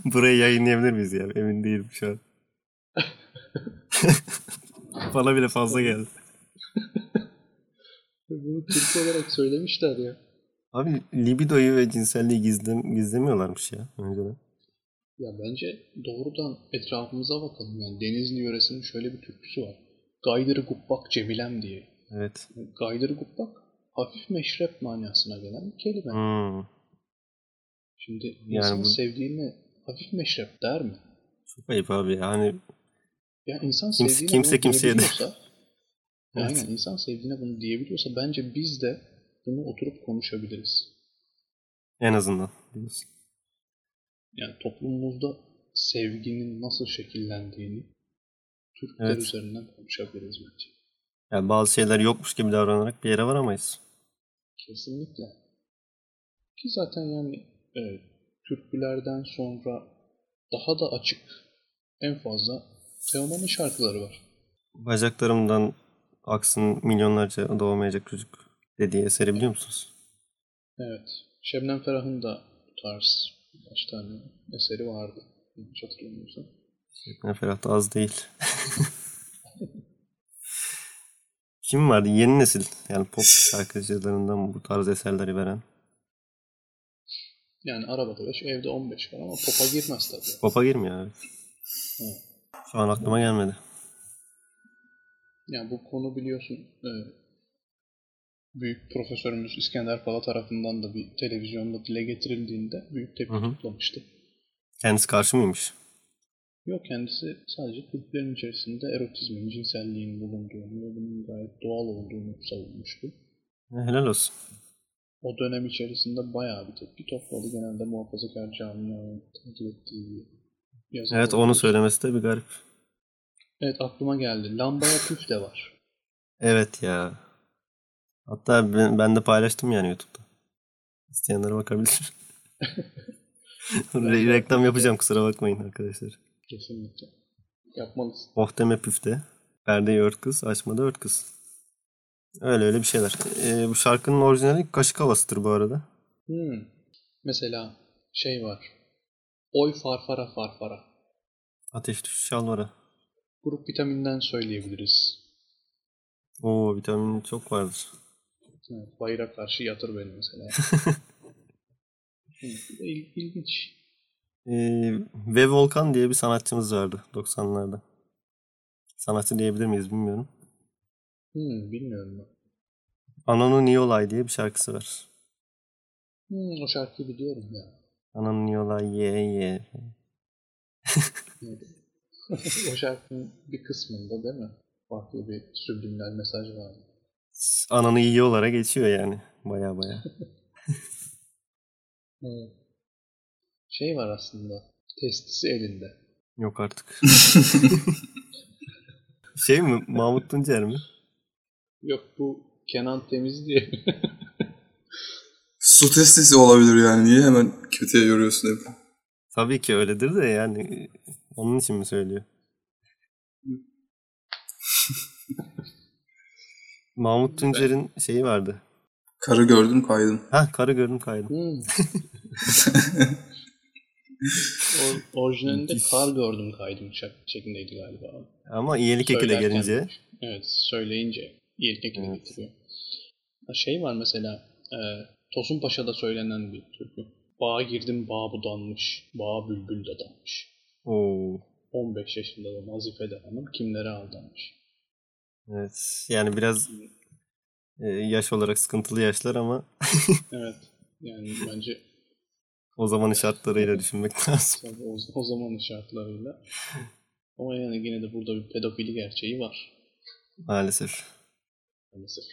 Speaker 1: Burayı yayınlayabilir miyiz ya? Emin değilim şu an. Bana bile fazla geldi.
Speaker 2: Bunu Türk olarak söylemişler ya.
Speaker 1: Abi libidoyu ve cinselliği gizlem gizlemiyorlarmış ya önceden.
Speaker 2: Ya bence doğrudan etrafımıza bakalım. Yani Denizli yöresinin şöyle bir türküsü var. Gaydırı gubbak cebilem diye.
Speaker 1: Evet.
Speaker 2: Gaydırı gubbak hafif meşrep manasına gelen bir kelime.
Speaker 1: Hmm.
Speaker 2: Şimdi
Speaker 1: Yani
Speaker 2: insan
Speaker 1: bu-
Speaker 2: sevdiğini hafif meşrep der mi?
Speaker 1: Çok ayıp abi ya. Hani
Speaker 2: Ya insan
Speaker 1: Kimse-
Speaker 2: sevdiğine
Speaker 1: kimse
Speaker 2: bunu
Speaker 1: kimseye de-
Speaker 2: diyebiliyorsa,
Speaker 1: Evet.
Speaker 2: aynen insan sevdiğine bunu diyebiliyorsa bence biz de bunu oturup konuşabiliriz.
Speaker 1: en azından diyorsun.
Speaker 2: Yani toplumumuzda sevginin nasıl şekillendiğini Türkler
Speaker 1: Evet.
Speaker 2: üzerinden konuşabiliriz bence.
Speaker 1: Yani bazı şeyler yokmuş gibi davranarak bir yere varamayız.
Speaker 2: Kesinlikle. Ki zaten yani e, türkülerden sonra daha da açık en fazla Teoman'ın şarkıları var.
Speaker 1: Bacaklarımdan aksın milyonlarca doğmayacak çocuk dediği eseri biliyor musunuz?
Speaker 2: Evet. Şebnem Ferah'ın da bu tarz birkaç tane eseri vardı. Yanlış hatırlamıyorsam.
Speaker 1: Ne ferah da az değil. Kim vardı? Yeni nesil. Yani pop şarkıcılarından bu tarz eserleri veren.
Speaker 2: Yani arabada 5, evde 15 var ama popa girmez tabii.
Speaker 1: Pop'a girmiyor abi.
Speaker 2: Evet.
Speaker 1: Şu an aklıma gelmedi.
Speaker 2: Yani bu konu biliyorsun e, büyük profesörümüz İskender Pala tarafından da bir televizyonda dile getirildiğinde büyük tepki
Speaker 1: Hı hı.
Speaker 2: toplamıştı.
Speaker 1: Kendisi karşı mıymış?
Speaker 2: Yok kendisi sadece kulüplerin içerisinde erotizmin, cinselliğin bulunduğunu ve bunun gayet doğal olduğunu savunmuştu.
Speaker 1: E, Helal olsun.
Speaker 2: O dönem içerisinde bayağı bir tepki topladı. Genelde muhafazakar camianın takip ettiği bir yazı
Speaker 1: Evet
Speaker 2: oldu.
Speaker 1: onu söylemesi de bir garip.
Speaker 2: Evet aklıma geldi. Lambaya püf de var.
Speaker 1: Evet ya. Hatta ben, ben de paylaştım yani YouTube'da. İsteyenlere bakabilir. Re- reklam yapacağım kusura bakmayın arkadaşlar.
Speaker 2: Kesinlikle. Yapmalısın.
Speaker 1: Oh deme püfte. Perdeyi ört kız, açmada ört kız. Öyle öyle bir şeyler. E, bu şarkının orijinali kaşık havasıdır bu arada.
Speaker 2: Hmm. Mesela şey var. Oy farfara farfara.
Speaker 1: Ateş düşüş şalvara.
Speaker 2: Grup vitaminden söyleyebiliriz.
Speaker 1: Oo vitamin çok vardır.
Speaker 2: Evet, bayıra karşı yatır beni mesela. evet, bu da il- ilginç.
Speaker 1: Ee, ve Volkan diye bir sanatçımız vardı 90'larda. Sanatçı diyebilir miyiz bilmiyorum.
Speaker 2: Hmm, bilmiyorum ben.
Speaker 1: Ananı Niolay diye bir şarkısı var.
Speaker 2: Hmm, o şarkıyı biliyorum ya.
Speaker 1: Ananı Niolay ye ye.
Speaker 2: o şarkının bir kısmında değil mi? Farklı bir sübliminal mesaj var.
Speaker 1: Ananı yiyorlara geçiyor yani. Baya baya.
Speaker 2: Evet. Şey var aslında. Testisi elinde.
Speaker 1: Yok artık. şey mi? Mahmut Tuncer mi?
Speaker 2: Yok bu Kenan Temiz diye.
Speaker 3: Su testisi olabilir yani. Niye hemen kötüye yoruyorsun hep?
Speaker 1: Tabii ki öyledir de yani onun için mi söylüyor? Mahmut Tuncer'in şeyi vardı.
Speaker 3: Karı gördüm kaydım.
Speaker 1: Ha karı gördüm kaydım.
Speaker 2: Hmm. Or- orijinalinde kar gördüm kaydım şak- şeklindeydi galiba.
Speaker 1: Ama iyilik eki de
Speaker 2: Söylerken-
Speaker 1: gelince
Speaker 2: Evet söyleyince iyilik ekine
Speaker 1: Evet.
Speaker 2: getiriyor. Ha, Şey var mesela e, Tosun Paşa'da söylenen bir türkü. Bağa girdim bağ budanmış, bağ bülbül dadanmış.
Speaker 1: Oo,
Speaker 2: 15 yaşında da Nazife de hanım kimlere aldanmış.
Speaker 1: evet. Yani biraz e, yaş olarak sıkıntılı yaşlar ama
Speaker 2: Evet yani bence
Speaker 1: o zamanın şartlarıyla düşünmek lazım.
Speaker 2: tabii o, o zamanın şartlarıyla. Ama yani yine de burada bir pedofili gerçeği var.
Speaker 1: Maalesef.
Speaker 2: Maalesef.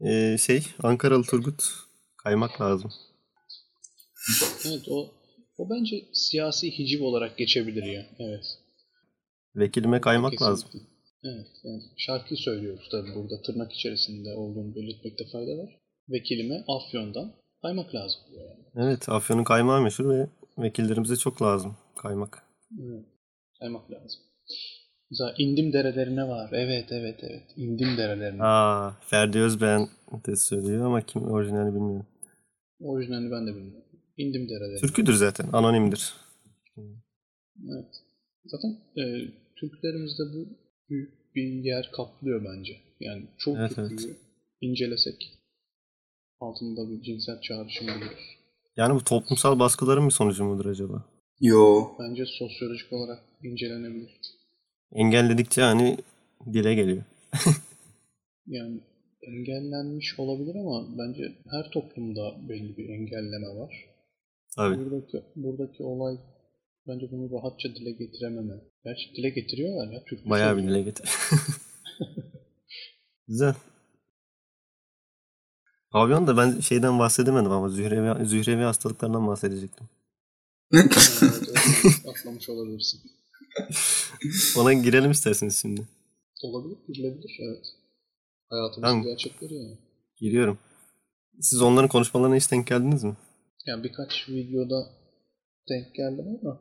Speaker 1: E, şey Ankaralı Turgut kaymak lazım.
Speaker 2: Evet o o bence siyasi hiciv olarak geçebilir ya. Evet.
Speaker 1: Vekilime kaymak
Speaker 2: Kesinlikle.
Speaker 1: lazım.
Speaker 2: Evet. Yani şarkı söylüyoruz tabii burada tırnak içerisinde olduğunu belirtmekte fayda var. Vekilime Afyon'dan kaymak lazım diyor yani.
Speaker 1: Evet Afyon'un kaymağı meşhur ve vekillerimize çok lazım kaymak.
Speaker 2: Evet. Kaymak lazım. Mesela indim derelerine var. Evet evet evet. İndim derelerine.
Speaker 1: Aa, Ferdi Özben de söylüyor ama kim orijinali bilmiyorum.
Speaker 2: Orijinalini hani ben de bilmiyorum. İndim derelerine.
Speaker 1: Türküdür zaten, anonimdir.
Speaker 2: Evet. Zaten e, Türklerimizde bu büyük bir yer kaplıyor bence. Yani çok
Speaker 1: Evet,
Speaker 2: Türk'ü incelesek altında bir cinsel çağrışım buluruz.
Speaker 1: Yani bu toplumsal baskıların bir sonucu mudur acaba?
Speaker 3: Yo.
Speaker 2: Bence sosyolojik olarak incelenebilir.
Speaker 1: Engelledikçe hani dile geliyor.
Speaker 2: Yani engellenmiş olabilir ama bence her toplumda belli bir engelleme var.
Speaker 1: Tabii.
Speaker 2: Buradaki, buradaki olay bence bunu rahatça dile getirememe. Gerçi dile getiriyorlar ya Türk
Speaker 1: Bayağı bir
Speaker 2: söylüyor.
Speaker 1: dile getir. Güzel. Pavyon da ben şeyden bahsedemedim ama zührevi, zührevi hastalıklarından bahsedecektim.
Speaker 2: Evet, evet, atlamış olabilirsin.
Speaker 1: Ona girelim isterseniz şimdi.
Speaker 2: Olabilir, girilebilir. Evet. Hayatımızın
Speaker 1: Tamam.
Speaker 2: gerçekleri yani.
Speaker 1: Giriyorum. Siz onların konuşmalarına hiç denk geldiniz mi?
Speaker 2: Yani birkaç videoda denk geldim ama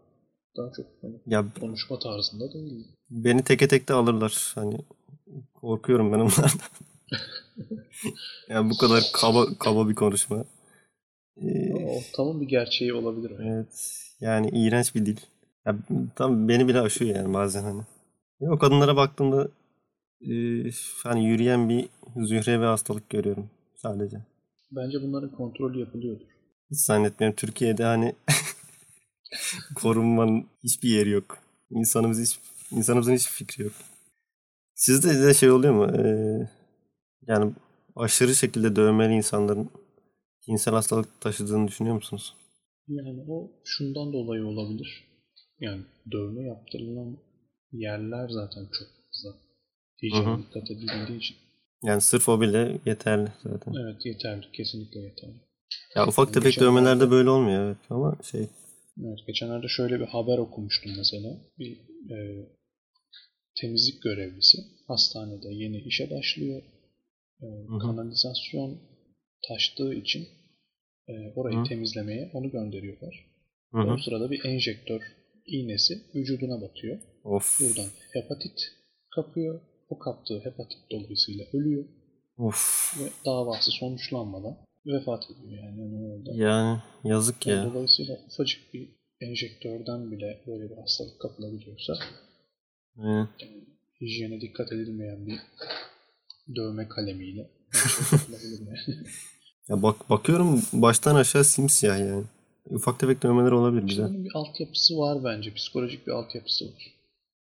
Speaker 2: daha çok hani
Speaker 1: Ya
Speaker 2: konuşma tarzında değil.
Speaker 1: Beni teke tek de alırlar. Hani korkuyorum ben onlardan. yani bu kadar kaba kaba bir konuşma. Ee,
Speaker 2: Ama ortamın bir gerçeği olabilir. o.
Speaker 1: evet. Yani iğrenç bir dil. Ya, tam beni bile aşıyor yani bazen hani. Ya, o kadınlara baktığımda e, hani yürüyen bir zühre ve hastalık görüyorum sadece.
Speaker 2: Bence bunların kontrolü yapılıyordur.
Speaker 1: Hiç zannetmiyorum. Türkiye'de hani korunmanın hiçbir yeri yok. İnsanımız hiç, insanımızın hiçbir fikri yok. Sizde de şey oluyor mu? Ee, yani aşırı şekilde dövmeli insanların cinsel hastalık taşıdığını düşünüyor musunuz?
Speaker 2: Yani o şundan dolayı olabilir. Yani dövme yaptırılan yerler zaten çok fazla.
Speaker 1: Hı
Speaker 2: Hijyen
Speaker 1: hı.
Speaker 2: dikkat edildiği için.
Speaker 1: Yani sırf o bile yeterli zaten.
Speaker 2: Evet yeterli. Kesinlikle yeterli.
Speaker 1: Ya ufak tefek
Speaker 2: Geçenlerde-
Speaker 1: dövmelerde böyle olmuyor evet ama şey
Speaker 2: Evet, geçenlerde şöyle bir haber okumuştum mesela. Bir e, temizlik görevlisi hastanede yeni işe başlıyor. E,
Speaker 1: hı.
Speaker 2: kanalizasyon taştığı için e, orayı
Speaker 1: Hı.
Speaker 2: temizlemeye onu gönderiyorlar.
Speaker 1: hı hı.
Speaker 2: O sırada bir enjektör iğnesi vücuduna batıyor.
Speaker 1: of
Speaker 2: Buradan hepatit kapıyor. O kaptığı hepatit dolayısıyla ölüyor
Speaker 1: of
Speaker 2: ve davası sonuçlanmadan vefat ediyor yani. Yani orada.
Speaker 1: yani yazık ya.
Speaker 2: Dolayısıyla ufacık bir enjektörden bile böyle bir hastalık kapılabiliyorsa
Speaker 1: Aynen.
Speaker 2: yani hijyene dikkat edilmeyen bir dövme kalemiyle her şey kapılabilir yani.
Speaker 1: Ya bak bakıyorum baştan aşağı simsiyah yani. Ufak tefek dövmeler olabilir
Speaker 2: İşte
Speaker 1: güzel.
Speaker 2: bunun bir altyapısı var bence. Psikolojik bir altyapısı var.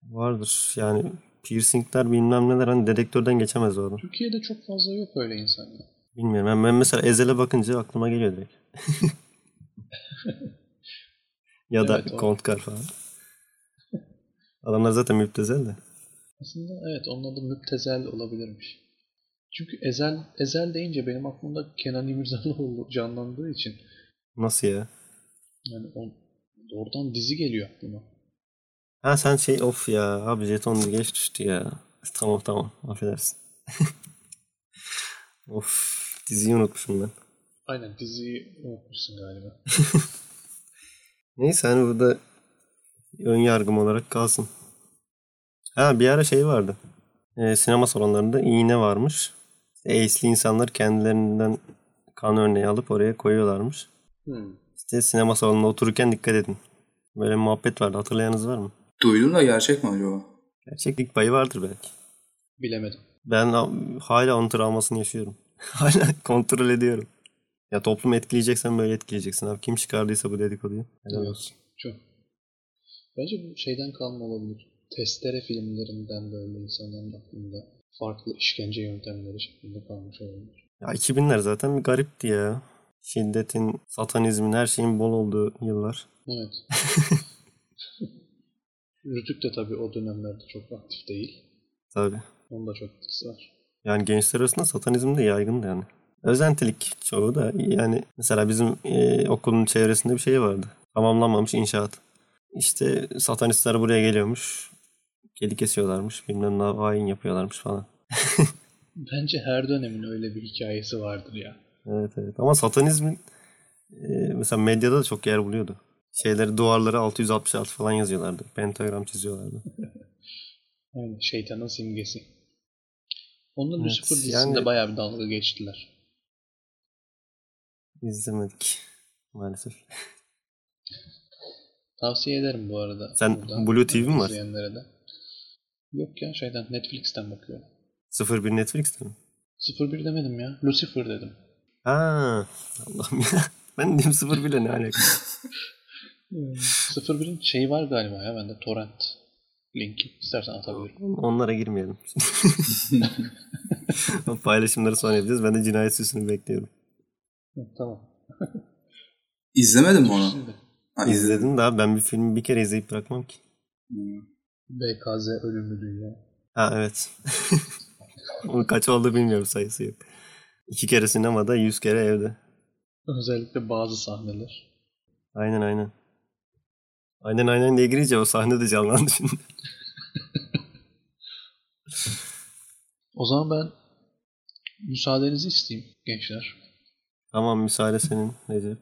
Speaker 1: Vardır. Yani piercingler bilmem neler hani dedektörden geçemez orada.
Speaker 2: Türkiye'de çok fazla yok öyle insan ya.
Speaker 1: Bilmiyorum ben, ben mesela Ezel'e bakınca aklıma geliyor direkt. ya da
Speaker 2: Evet, o-
Speaker 1: Kontkar falan. Adamlar zaten müptezel de.
Speaker 2: Aslında evet onun adı müptezel olabilirmiş. Çünkü ezel ezel deyince benim aklımda Kenan İmirzalıoğlu canlandığı için
Speaker 1: Nasıl ya?
Speaker 2: yani on, oradan dizi geliyor aklıma.
Speaker 1: Ha sen şey of ya abi jeton geç düştü ya. Tamam tamam affedersin. of diziyi unutmuşum ben.
Speaker 2: Aynen diziyi unutmuşsun galiba.
Speaker 1: Neyse hani burada ön yargım olarak kalsın. Ha bir ara şey vardı. Ee, sinema salonlarında iğne varmış. AIDS'li insanlar kendilerinden kan örneği alıp oraya koyuyorlarmış.
Speaker 2: Hmm.
Speaker 1: İşte sinema salonunda otururken dikkat edin. Böyle bir muhabbet vardı hatırlayanınız var mı?
Speaker 3: Duydum da gerçek mi acaba?
Speaker 1: Gerçeklik payı vardır belki.
Speaker 2: Bilemedim.
Speaker 1: Ben a- hala onun travmasını yaşıyorum. hala kontrol ediyorum. Ya toplum etkileyeceksen böyle etkileyeceksin abi. Kim çıkardıysa bu dedikoduyu. Helal
Speaker 2: Evet.
Speaker 1: olsun.
Speaker 2: Çok. Bence bu şeyden kalma olabilir. Testere filmlerinden böyle insanların aklında farklı işkence yöntemleri şeklinde kalmış olabilir.
Speaker 1: Ya 2000'ler zaten bir garipti ya. Şiddetin, satanizmin, her şeyin bol olduğu yıllar.
Speaker 2: Evet. Rütük de tabii o dönemlerde çok aktif değil.
Speaker 1: Tabii.
Speaker 2: Onda çok etkisi var.
Speaker 1: Yani gençler arasında satanizm de yaygındı yani. Özentilik çoğu da yani mesela bizim e, okulun çevresinde bir şey vardı. Tamamlanmamış inşaat. İşte satanistler buraya geliyormuş. Kedi kesiyorlarmış. Bilmem ne hain yapıyorlarmış falan.
Speaker 2: Bence her dönemin öyle bir hikayesi vardır ya.
Speaker 1: Evet evet. Ama satanizmin e, mesela medyada da çok yer buluyordu. Şeyleri duvarlara 666 falan yazıyorlardı. Pentagram çiziyorlardı.
Speaker 2: Yani şeytanın simgesi. Onunla
Speaker 1: Evet,
Speaker 2: Lucifer dizisinde
Speaker 1: yani-
Speaker 2: bayağı bir dalga geçtiler.
Speaker 1: İzlemedik maalesef.
Speaker 2: Tavsiye ederim bu arada.
Speaker 1: Sen
Speaker 2: Buradan
Speaker 1: Blue TV mi var?
Speaker 2: izleyenlere de. Yok ya şeyden Netflix'ten bakıyorum.
Speaker 1: 01 Netflix'te mi?
Speaker 2: 01 demedim ya. Lucifer dedim.
Speaker 1: Ha, Allah'ım ya. Ben dedim 01 ile ne alakası?
Speaker 2: 01'in şeyi var galiba ya bende torrent linki. İstersen atabilirim.
Speaker 1: Onlara girmeyelim. o paylaşımları sonra yapacağız. Ben de cinayet süsünü bekliyorum.
Speaker 2: Hı, tamam.
Speaker 3: İzlemedin mi onu?
Speaker 2: Şimdi
Speaker 3: Ha, izledim.
Speaker 1: İzledin daha ben bir filmi bir kere izleyip bırakmam ki.
Speaker 2: BKZ Ölümlü Dünya.
Speaker 1: Ha evet. Onun kaç oldu bilmiyorum sayısı yok. İki kere sinemada, yüz kere evde.
Speaker 2: Özellikle bazı sahneler.
Speaker 1: Aynen aynen. Aynen aynen diye girince o sahne de canlandı şimdi.
Speaker 2: O zaman ben müsaadenizi isteyeyim gençler.
Speaker 1: tamam müsaade senin Recep.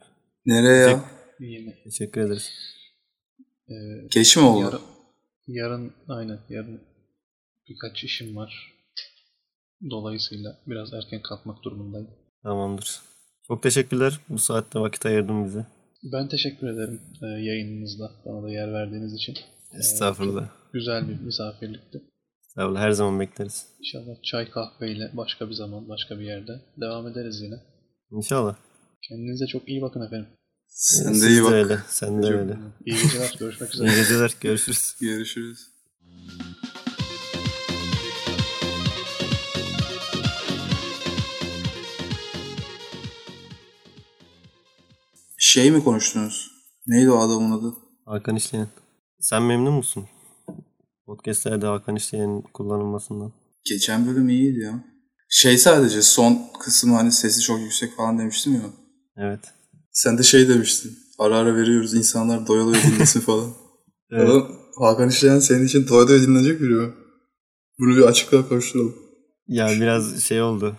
Speaker 3: Nereye ya?
Speaker 2: Yeni.
Speaker 1: Teşekkür ederiz.
Speaker 2: e,
Speaker 3: Geç mi oldu?
Speaker 2: yarın, yarın aynen yarın birkaç işim var. Dolayısıyla biraz erken kalkmak durumundayım.
Speaker 1: Tamamdır. Çok teşekkürler. Bu saatte vakit ayırdın bize.
Speaker 2: Ben teşekkür ederim e, yayınınızda bana da yer verdiğiniz için.
Speaker 1: Estağfurullah.
Speaker 2: Güzel bir misafirlikti.
Speaker 1: Estağfurullah. Her zaman bekleriz.
Speaker 2: İnşallah çay kahveyle başka bir zaman başka bir yerde devam ederiz yine.
Speaker 1: İnşallah.
Speaker 2: Kendinize çok iyi bakın efendim.
Speaker 3: Sen
Speaker 1: Siz
Speaker 3: de iyi
Speaker 1: de
Speaker 3: bak.
Speaker 1: öyle. Sen de öyle.
Speaker 2: İyi geceler. Görüşmek üzere.
Speaker 1: İyi geceler. Görüşürüz.
Speaker 3: Görüşürüz. Şey mi konuştunuz? Neydi o adamın adı?
Speaker 1: Hakan İşleyen. Sen memnun musun? Podcastlerde Hakan İşleyen'in kullanılmasından.
Speaker 3: Geçen bölüm iyiydi ya. Şey sadece son kısım hani sesi çok yüksek falan demiştim ya.
Speaker 1: Evet.
Speaker 3: Sen de şey demiştin. Ara ara veriyoruz insanlar doya doya dinlesin falan.
Speaker 1: Evet.
Speaker 3: Adam Hakan İşleyen senin için doya doya dinlenecek biri mi? Bunu bir açıklığa koşturalım.
Speaker 1: Ya biraz şey oldu.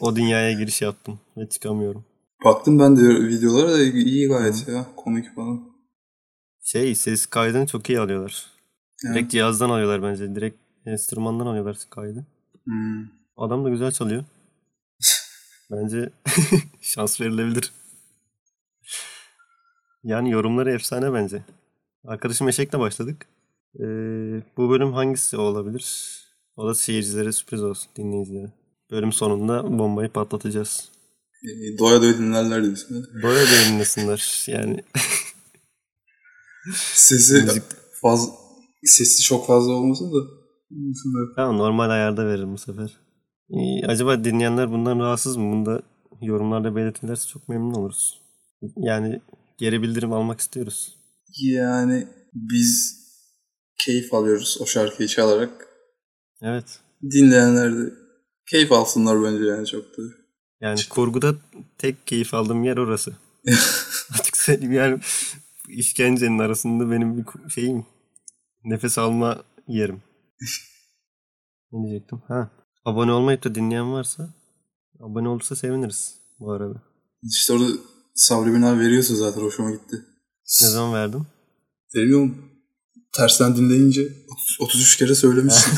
Speaker 1: O dünyaya giriş yaptım ve çıkamıyorum.
Speaker 3: Baktım ben de videolara da iyi gayet ya. Komik falan.
Speaker 1: Şey ses kaydını çok iyi alıyorlar.
Speaker 3: Evet.
Speaker 1: Direkt cihazdan alıyorlar bence. Direkt enstrümandan alıyorlar kaydı.
Speaker 3: Hmm.
Speaker 1: Adam da güzel çalıyor. Bence şans verilebilir. Yani yorumları efsane bence. Arkadaşım Eşek'le başladık. Ee, bu bölüm hangisi olabilir? O da seyircilere sürpriz olsun, dinleyicilere. Bölüm sonunda bombayı patlatacağız.
Speaker 3: E, Doya doya dinlerler diyorsun.
Speaker 1: Böyle de dinlesinler. Yani
Speaker 3: Sesi
Speaker 1: müzik,
Speaker 3: fazla Sesi çok fazla olmasın da.
Speaker 1: Tamam normal ayarda veririm bu sefer. Ee, acaba dinleyenler bundan rahatsız mı? Bunu da yorumlarda belirtirlerse çok memnun oluruz. Yani geri bildirim almak istiyoruz.
Speaker 3: Yani biz keyif alıyoruz o şarkıyı çalarak.
Speaker 1: Evet.
Speaker 3: Dinleyenler de keyif alsınlar bence yani çok da.
Speaker 1: Yani kurguda tek keyif aldığım yer orası. Artık söyleyeyim yani işkencenin arasında benim bir ku- şeyim nefes alma yerim. ne diyecektim? Ha. Abone olmayıp da dinleyen varsa abone olursa seviniriz bu arada.
Speaker 3: İşte orada Sabri Bina veriyorsun zaten hoşuma gitti.
Speaker 1: Ne zaman verdim?
Speaker 3: Veriyor mu? Tersten dinleyince 30 33 kere söylemişsin.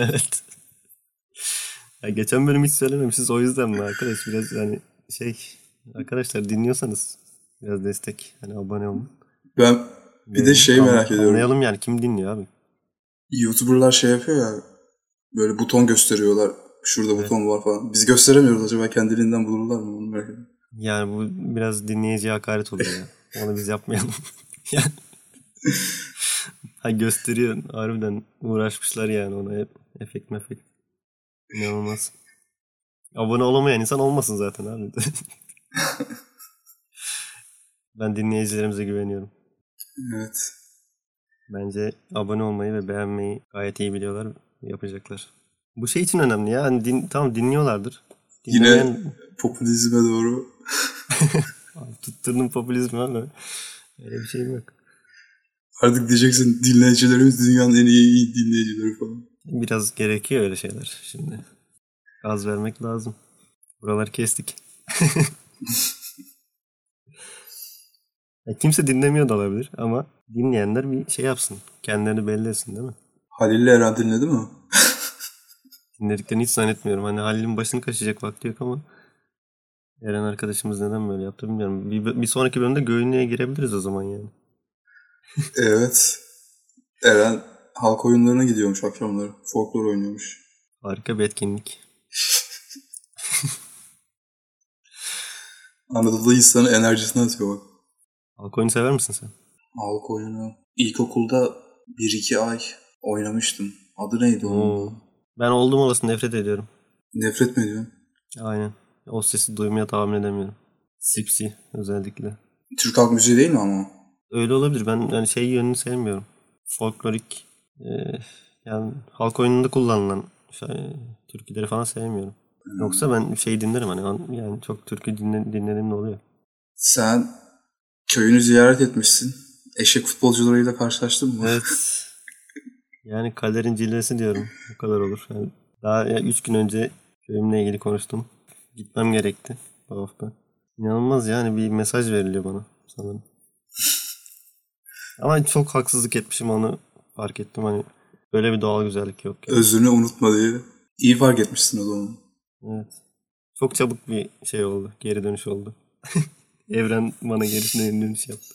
Speaker 1: evet. Ya geçen bölüm hiç söylememişiz o yüzden mi arkadaş biraz hani şey arkadaşlar dinliyorsanız biraz destek hani abone olun.
Speaker 3: ben Bir de şey
Speaker 1: Anla-
Speaker 3: merak ediyorum.
Speaker 1: Anlayalım yani kim dinliyor abi.
Speaker 3: YouTuber'lar şey yapıyor ya böyle buton gösteriyorlar. Şurada buton var falan. Biz gösteremiyoruz acaba kendiliğinden bulurlar mı? Onu merak ediyorum.
Speaker 1: Yani bu biraz dinleyiciye hakaret oluyor ya. Onu biz yapmayalım. Yani- ha gösteriyor. Harbiden uğraşmışlar yani ona. Hep efekt mefekt. İnanılmaz. Abone olamayan insan olmasın zaten abi. ben dinleyicilerimize güveniyorum.
Speaker 3: Evet.
Speaker 1: Bence abone olmayı ve beğenmeyi gayet iyi biliyorlar. Yapacaklar. Bu şey için önemli ya. Hani din, tamam dinliyorlardır.
Speaker 3: Yine-
Speaker 1: Dinleyen-
Speaker 3: Popülizme doğru.
Speaker 1: Abi tutturdun popülizmi ama öyle bir şeyim yok.
Speaker 3: Artık diyeceksin dinleyicilerimiz dünyanın en iyi, iyi dinleyicileri falan.
Speaker 1: Biraz gerekiyor öyle şeyler şimdi. Az vermek lazım. Buraları kestik. Ya kimse dinlemiyor da olabilir ama dinleyenler bir şey yapsın. Kendilerini belli etsin değil mi?
Speaker 3: Halil'le Eren dinledi mi?
Speaker 1: Dinlediklerini hiç zannetmiyorum. Hani Halil'in başını kaşıyacak vakti yok ama Eren arkadaşımız neden böyle yaptı bilmiyorum. Bir, bir sonraki bölümde göğünlüğe girebiliriz o zaman yani.
Speaker 3: evet. Eren halk oyunlarına gidiyormuş akşamları. Folklor oynuyormuş.
Speaker 1: Harika bir etkinlik.
Speaker 3: Anadolu insanı enerjisini atıyor bak.
Speaker 1: Halk oyunu sever misin sen?
Speaker 3: Halk oyunu. İlkokulda 1-2 ay oynamıştım. Adı neydi onun?
Speaker 1: Oo. Ben oldum olasın nefret ediyorum.
Speaker 3: Nefret mi ediyorsun?
Speaker 1: Aynen. O sesi duymaya tahammül edemiyorum. Sipsi özellikle.
Speaker 3: Türk halk müziği değil mi ama?
Speaker 1: Öyle olabilir. Ben yani şey yönünü sevmiyorum. Folklorik e, yani halk oyununda kullanılan şey, türküleri falan sevmiyorum. Yoksa ben şey dinlerim hani an- yani çok türkü dinle, dinlediğim de oluyor.
Speaker 3: Sen köyünü ziyaret etmişsin. Eşek futbolcularıyla karşılaştın mı?
Speaker 1: Evet. yani kaderin cilvesi diyorum. Bu kadar olur. Yani daha 3 gün önce köyümle ilgili konuştum. Gitmem gerekti bu hafta. İnanılmaz yani bir mesaj veriliyor bana sanırım. Ama çok haksızlık etmişim onu fark ettim. Hani böyle bir doğal güzellik yok. Yani.
Speaker 3: Özünü unutma diye. İyi fark etmişsin o zaman.
Speaker 1: Evet. Çok çabuk bir şey oldu. Geri dönüş oldu. Evren bana gerisine dönüş yaptı.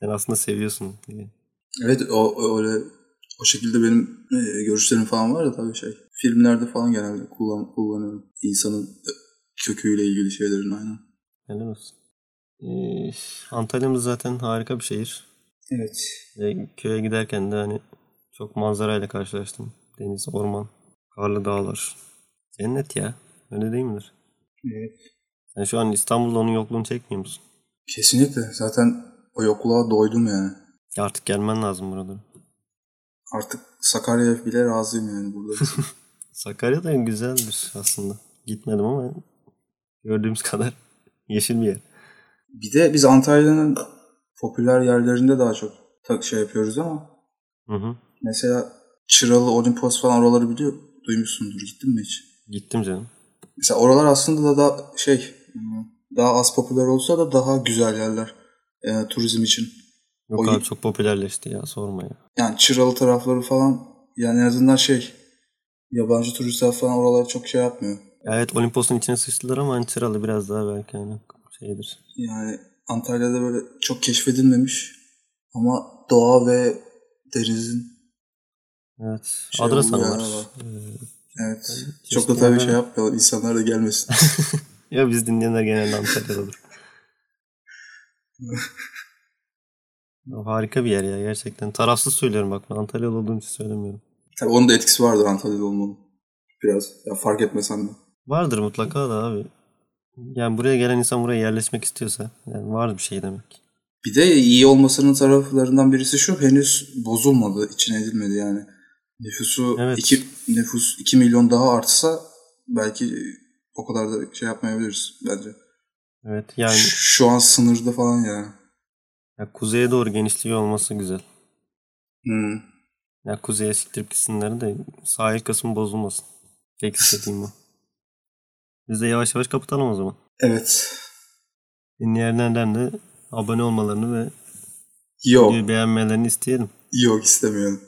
Speaker 1: Sen aslında seviyorsun diye.
Speaker 3: Evet o, o- öyle o şekilde benim e, görüşlerim falan var da tabii şey. Filmlerde falan genelde kullan, kullanıyorum. İnsanın e, köküyle ilgili şeylerin aynen.
Speaker 1: Helal olsun. Ee, Antalya'mız zaten harika bir şehir.
Speaker 3: Evet.
Speaker 1: Ve köye giderken de hani çok manzarayla karşılaştım. Deniz, orman, karlı dağlar. Cennet ya. Öyle değil midir?
Speaker 3: Evet.
Speaker 1: Sen şu an İstanbul'da onun yokluğunu çekmiyor musun?
Speaker 3: Kesinlikle. Zaten o yokluğa doydum yani.
Speaker 1: Ya artık gelmen lazım buralara.
Speaker 3: Artık Sakarya'ya bile razıyım yani burada.
Speaker 1: Sakarya da güzeldir aslında. Gitmedim ama gördüğümüz kadar yeşil bir yer.
Speaker 3: bir de biz Antalya'nın popüler yerlerinde daha çok tak şey yapıyoruz ama
Speaker 1: Hı hı.
Speaker 3: Mesela Çıralı, Olimpos falan oraları biliyor. Duymuşsundur. Gittin mi hiç?
Speaker 1: Gittim canım.
Speaker 3: Mesela oralar aslında da daha şey daha az popüler olsa da daha güzel yerler e, turizm için.
Speaker 1: Yok
Speaker 3: O
Speaker 1: abi
Speaker 3: y-
Speaker 1: çok popülerleşti ya sorma ya.
Speaker 3: Yani Çıralı tarafları falan yani en azından şey yabancı turistler falan oraları çok şey yapmıyor.
Speaker 1: Ya Evet Olimpos'un içine sıçtılar ama hani Çıralı biraz daha belki hani şeydir.
Speaker 3: Yani Antalya'da böyle çok keşfedilmemiş ama doğa ve denizin
Speaker 1: Evet.
Speaker 3: Şey
Speaker 1: Adrasan
Speaker 3: oluyor
Speaker 1: var.
Speaker 3: ama.
Speaker 1: Ee,
Speaker 3: evet
Speaker 1: Çeşitli
Speaker 3: çok da tabii
Speaker 1: yerler
Speaker 3: şey
Speaker 1: var.
Speaker 3: yapmayalım insanlar da gelmesin.
Speaker 1: Ya biz dinleyenler genelde Antalya'da olur. Harika bir yer ya gerçekten. Tarafsız söylüyorum bak. Antalyalı olduğum için söylemiyorum.
Speaker 3: Tabii onun da etkisi vardır Antalya'da olmanın. Biraz. Ya fark etmesen de.
Speaker 1: Vardır mutlaka da abi. Yani buraya gelen insan buraya yerleşmek istiyorsa yani var bir şey demek.
Speaker 3: Bir de iyi olmasının taraflarından birisi şu henüz bozulmadı, içine edilmedi yani. Nüfusu
Speaker 1: Evet.
Speaker 3: 2 nüfus 2 milyon daha artsa belki o kadar da şey yapmayabiliriz bence.
Speaker 1: Evet yani
Speaker 3: Ş- Şu an sınırda falan ya.
Speaker 1: ya kuzeye doğru genişliyor olması güzel.
Speaker 3: Hmm.
Speaker 1: Ya kuzeye siktirip gitsinler de sahil kısmı bozulmasın. Tek istediğim o. Biz de yavaş yavaş kapatalım o zaman.
Speaker 3: Evet.
Speaker 1: Dinleyenlerden de abone olmalarını ve
Speaker 3: Yok,
Speaker 1: videoyu beğenmelerini isteyelim.
Speaker 3: yok istemiyorum.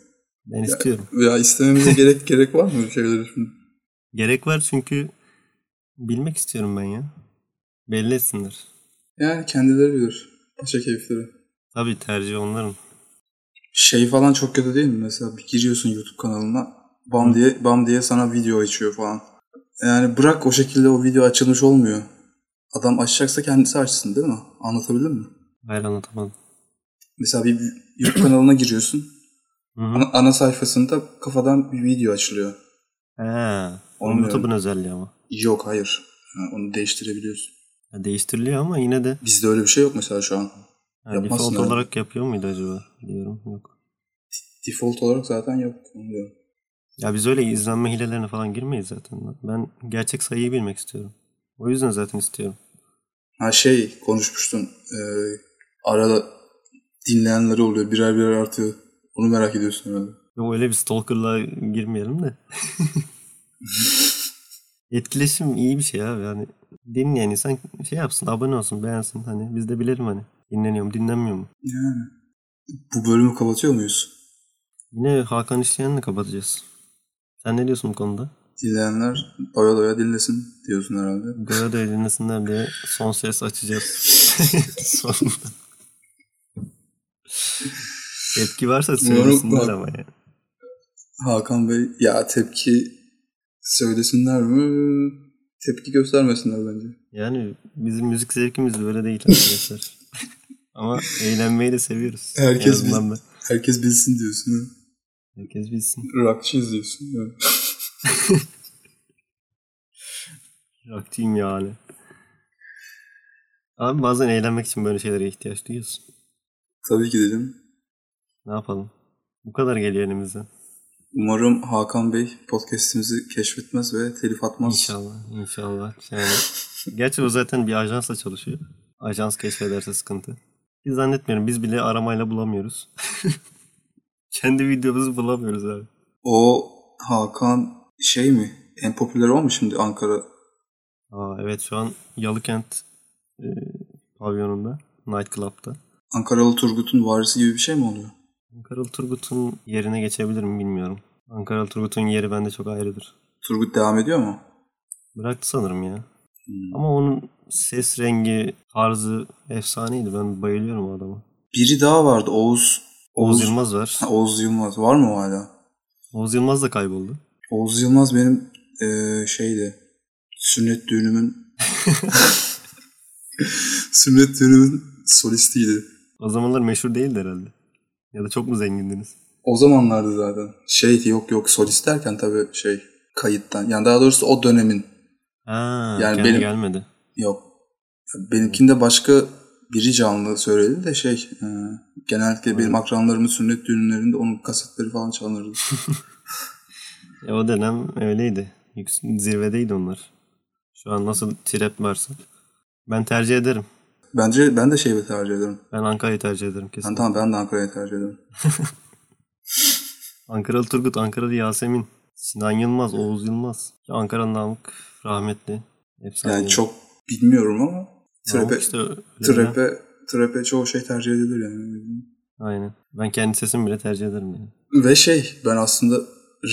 Speaker 1: Ben istiyorum.
Speaker 3: Ya istememize gerek gerek var mı bu şeyleri şimdi?
Speaker 1: Gerek var çünkü bilmek istiyorum ben ya. Belli etsinler.
Speaker 3: Yani kendileri bilir. Paşa keyifleri.
Speaker 1: Tabii tercih onların.
Speaker 3: Şey falan çok kötü değil mi? Mesela bir giriyorsun YouTube kanalına bam diye bam diye sana video açıyor falan. Yani bırak o şekilde o video açılmış olmuyor. Adam açacaksa kendisi açsın değil mi? Anlatabildim mi?
Speaker 1: Hayır anlatamadım.
Speaker 3: Mesela bir YouTube kanalına giriyorsun.
Speaker 1: Hı hı.
Speaker 3: Ana, ana sayfasında kafadan bir video açılıyor.
Speaker 1: He. Onun
Speaker 3: Olmuyor.
Speaker 1: YouTube'un özelliği ama.
Speaker 3: Yok hayır. Ha, onu değiştirebiliyorsun.
Speaker 1: Ya değiştiriliyor ama yine de
Speaker 3: Bizde öyle bir şey yok mesela şu an.
Speaker 1: ha,
Speaker 3: Yapmazsın
Speaker 1: default
Speaker 3: öyle.
Speaker 1: olarak yapıyor muydu acaba? Diyorum yok.
Speaker 3: Default olarak zaten yok. Onu diyorum.
Speaker 1: Ya biz öyle izlenme hilelerine falan girmeyiz zaten. Ben gerçek sayıyı bilmek istiyorum. O yüzden zaten istiyorum.
Speaker 3: Ha şey konuşmuştun. Ee, arada dinleyenleri oluyor. Birer birer artıyor. Onu merak ediyorsun herhalde.
Speaker 1: Yok öyle bir stalkerlığa girmeyelim de. Etkileşim iyi bir şey abi. Yani dinleyen insan şey yapsın, abone olsun, beğensin. Hani biz de bilelim hani. Dinleniyor mu, dinlenmiyor mu?
Speaker 3: Yani. Bu bölümü kapatıyor muyuz?
Speaker 1: Yine Hakan İşleyen'le kapatacağız. Sen ne diyorsun bu konuda?
Speaker 3: Dinleyenler doya doya dinlesin diyorsun herhalde.
Speaker 1: Doya doya dinlesinler diye son ses açacağız. Sonunda. Tepki varsa söylesinler
Speaker 3: bak.
Speaker 1: ama ya.
Speaker 3: Hakan Bey ya tepki söylesinler mi? Tepki göstermesinler bence.
Speaker 1: Yani bizim müzik zevkimiz böyle değil arkadaşlar. ama eğlenmeyi de seviyoruz.
Speaker 3: Herkes
Speaker 1: En azından ben.
Speaker 3: Herkes bilsin diyorsun. ha?
Speaker 1: Herkes bilsin.
Speaker 3: Rockçıyız diyorsun. ha?
Speaker 1: Rockçıyım yani. Abi bazen eğlenmek için böyle şeylere ihtiyaç duyuyorsun.
Speaker 3: Tabii ki dedim.
Speaker 1: Ne yapalım? Bu kadar geliyor elimizden.
Speaker 3: Umarım Hakan Bey podcast'imizi keşfetmez ve telif atmaz.
Speaker 1: İnşallah, inşallah. Yani, gerçi o zaten bir ajansla çalışıyor. Ajans keşfederse sıkıntı. Biz zannetmiyorum. Biz bile aramayla bulamıyoruz. Kendi videomuzu bulamıyoruz abi.
Speaker 3: O Hakan şey mi? En popüler o mu şimdi Ankara?
Speaker 1: Aa, evet şu an Yalıkent e, pavyonunda, nightclub'da.
Speaker 3: Ankaralı Turgut'un varisi gibi bir şey mi oluyor?
Speaker 1: Ankaralı Turgut'un yerine geçebilir mi bilmiyorum. Ankaralı Turgut'un yeri bende çok ayrıdır.
Speaker 3: Turgut devam ediyor mu?
Speaker 1: Bıraktı sanırım ya.
Speaker 3: Hmm.
Speaker 1: Ama onun ses rengi, tarzı efsaneydi. Ben bayılıyorum o adama.
Speaker 3: Biri daha vardı Oğuz.
Speaker 1: Oğuz Yılmaz var.
Speaker 3: Ha, Oğuz Yılmaz. Var mı o hala?
Speaker 1: Oğuz Yılmaz da kayboldu.
Speaker 3: Oğuz Yılmaz benim eee, şeydi. Sünnet düğünümün Sünnet düğünümün solistiydi.
Speaker 1: O zamanlar meşhur değildi herhalde. Ya da çok mu zengindiniz?
Speaker 3: O zamanlardı zaten. Şey yok yok solist derken tabii şey kayıttan. Yani daha doğrusu o dönemin
Speaker 1: Ha,
Speaker 3: Yani
Speaker 1: kendi
Speaker 3: benim-
Speaker 1: gelmedi.
Speaker 3: Yok. Benimkinde başka biri canlı söyledi de şey e, genellikle benim akranlarımın sünnet düğünlerinde onun kasetleri falan çalınırdı.
Speaker 1: E, o dönem öyleydi. Yüks- Zirvedeydi onlar. Şu an nasıl trap varsa. Ben tercih ederim.
Speaker 3: Bence ben de şeyi tercih ederim.
Speaker 1: Ben Ankara'yı tercih ederim kesin.
Speaker 3: Ben tamam ben de Ankara'yı tercih ederim.
Speaker 1: Ankaralı Turgut, Ankaralı Yasemin, Sinan Yılmaz, Oğuz Yılmaz. Ya Ankara Namık rahmetli. Efsane.
Speaker 3: Yani çok bilmiyorum ama
Speaker 1: Namık
Speaker 3: trap'e
Speaker 1: işte öyle ya.
Speaker 3: trap'e trap'e çoğu şey tercih edilir yani.
Speaker 1: Aynen. Ben kendi sesimi bile tercih ederim yani.
Speaker 3: Ve şey ben aslında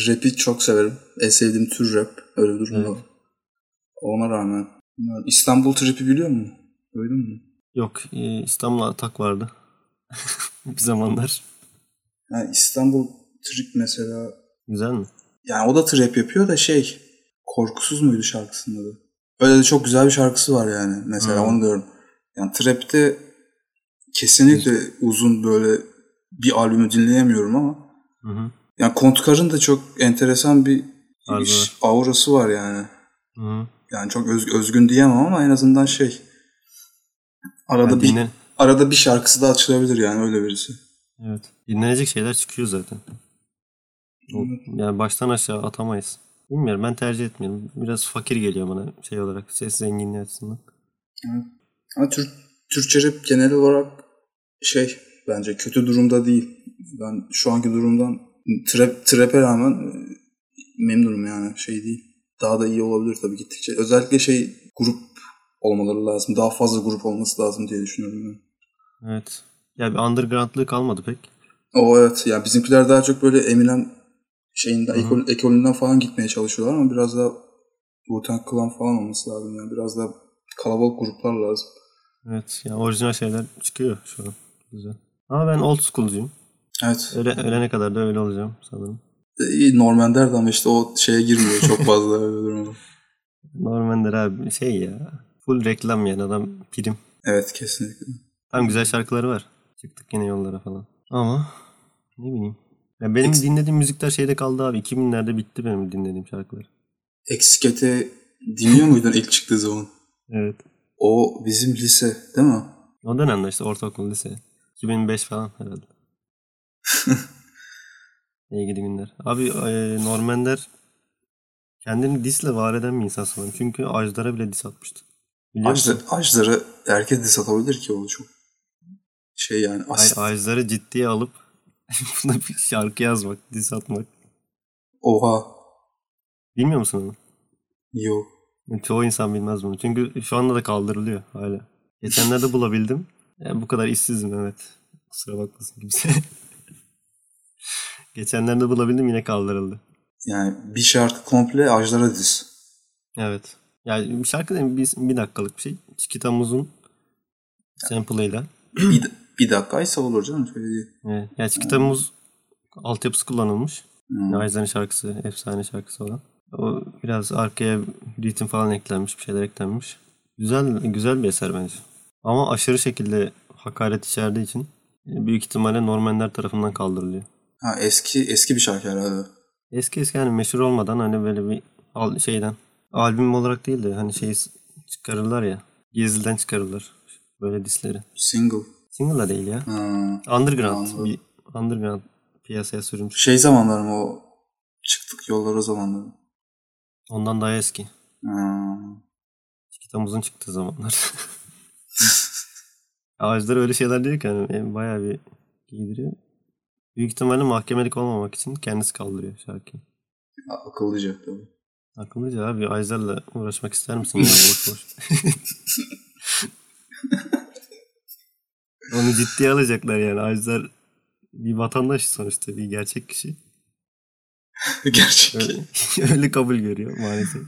Speaker 3: rap'i çok severim. En sevdiğim tür rap. Öyle bir durum
Speaker 1: Evet.
Speaker 3: var. Ona rağmen. bilmiyorum. İstanbul trap'i biliyor musun? Duydun mu?
Speaker 1: Yok, e, İstanbul Atak vardı. Bir zamanlar.
Speaker 3: Yani İstanbul trap mesela
Speaker 1: Güzel mi?
Speaker 3: Yani o da trap yapıyor da şey korkusuz muydu şarkısında da? Öyle de çok güzel bir şarkısı var yani. Mesela
Speaker 1: Hmm.
Speaker 3: onu diyorum. Yani trap'te kesinlikle uzun böyle bir albümü dinleyemiyorum ama
Speaker 1: Hı hı.
Speaker 3: yani Kontkar'ın da çok enteresan bir
Speaker 1: Tarzı
Speaker 3: iş-
Speaker 1: var.
Speaker 3: aurası var yani.
Speaker 1: Hı hı.
Speaker 3: Yani çok öz- özgün diyemem ama en azından şey arada
Speaker 1: Yani
Speaker 3: bir
Speaker 1: dinle-
Speaker 3: arada bir şarkısı da açılabilir yani öyle birisi.
Speaker 1: Evet. Dinlenecek şeyler çıkıyor zaten. O- Yani baştan aşağı atamayız. Bilmiyorum ben tercih etmiyorum. Biraz fakir geliyor bana şey olarak ses zenginliği açısından.
Speaker 3: Ama Türk, Türkçe rap genel olarak şey bence kötü durumda değil. Ben şu anki durumdan trap, trap'e rağmen e, memnunum yani şey değil. Daha da iyi olabilir tabii gittikçe. Özellikle şey grup olmaları lazım. Daha fazla grup olması lazım diye düşünüyorum ben.
Speaker 1: Evet. Ya bir undergroundlığı kalmadı pek.
Speaker 3: O evet yani bizimkiler daha çok böyle Eminem şeyinden, ekol, ekolünden falan gitmeye çalışıyorlar ama biraz daha Wu-Tang Clan falan olması lazım yani. Biraz daha kalabalık gruplar lazım.
Speaker 1: Evet. Yani orijinal şeyler çıkıyor şu an. Güzel. Ama ben old school'cuyum.
Speaker 3: Evet.
Speaker 1: Öle, ölene kadar da öyle olacağım sanırım.
Speaker 3: İyi Norman E, derdi ama işte o şeye girmiyor çok fazla öyle durumda.
Speaker 1: Normandir abi şey ya. Full reklam yani adam prim.
Speaker 3: Evet kesinlikle.
Speaker 1: Tam güzel şarkıları var. Çıktık yine yollara falan. Ama ne bileyim. Ya benim dinlediğim müzikler şeyde kaldı abi. 2000'lerde bitti benim dinlediğim şarkılar.
Speaker 3: Eksikete dinliyor muydun ilk çıktığı zaman?
Speaker 1: Evet.
Speaker 3: O bizim lise değil mi?
Speaker 1: O dönemde işte ortaokul, lise. 2005 falan herhalde. İyi gidi günler. Abi e, Normanler kendini disle var eden bir insan sanırım. Çünkü Ajdar'a bile dis atmıştı. Biliyor
Speaker 3: Ajda,
Speaker 1: musun?
Speaker 3: Ajdar'ı herkes de satabilir ki o çok şey yani
Speaker 1: Ay,
Speaker 3: asit.
Speaker 1: Ajdar'ı ciddiye alıp buna bir şarkı yazmak, dis atmak.
Speaker 3: Oha.
Speaker 1: Bilmiyor musun onu?
Speaker 3: Yo.
Speaker 1: Çoğu insan bilmez bunu. Çünkü şu anda da kaldırılıyor hala. Geçenlerde bulabildim. Yani bu kadar işsizim evet. Kusura bakmasın kimse. Geçenlerde bulabildim yine kaldırıldı.
Speaker 3: Yani bir şarkı komple Ajdar'a diz.
Speaker 1: Evet. Yani bir şarkı değil, bir, bir dakikalık bir şey. Chiquita Muz'un sample'ıyla. Ee,
Speaker 3: bir, bir dakikaysa olur canım. Şöyle değil.
Speaker 1: Evet. Yani Chiquita Muz altyapısı kullanılmış.
Speaker 3: Hmm.
Speaker 1: Ayzan'ın şarkısı, efsane şarkısı olan. O biraz arkaya ritim falan eklenmiş, bir şeyler eklenmiş. Güzel güzel bir eser bence. Ama aşırı şekilde hakaret içerdiği için e, büyük ihtimalle Normanler tarafından kaldırılıyor.
Speaker 3: Ha, eski eski bir şarkı herhalde.
Speaker 1: Eski eski hani meşhur olmadan hani böyle bir al- şeyden albüm olarak değil de hani şey çıkarırlar ya. Gezilden çıkarırlar. Böyle disleri.
Speaker 3: Single.
Speaker 1: Single da değil ya.
Speaker 3: Ha.
Speaker 1: Underground.
Speaker 3: Anladım.
Speaker 1: Bir underground piyasaya sürülmüş.
Speaker 3: Şey zamanları mı o? Çıktık yollara zamanları.
Speaker 1: Ondan daha eski.
Speaker 3: Ha.
Speaker 1: Kitabımızın çıktığı zamanlar. Ağaçlar öyle şeyler diyor ki hani e, bayağı bir giydiriyor. Büyük ihtimalle mahkemelik olmamak için kendisi kaldırıyor şarkıyı.
Speaker 3: Akıllıca tabii.
Speaker 1: Akıllıca abi Ajdar'la uğraşmak ister misin ya boş boş. Onu ciddiye alacaklar yani. Ajdar bir vatandaş sonuçta bir gerçek kişi.
Speaker 3: Gerçek.
Speaker 1: Öyle, öyle kabul görüyor maalesef.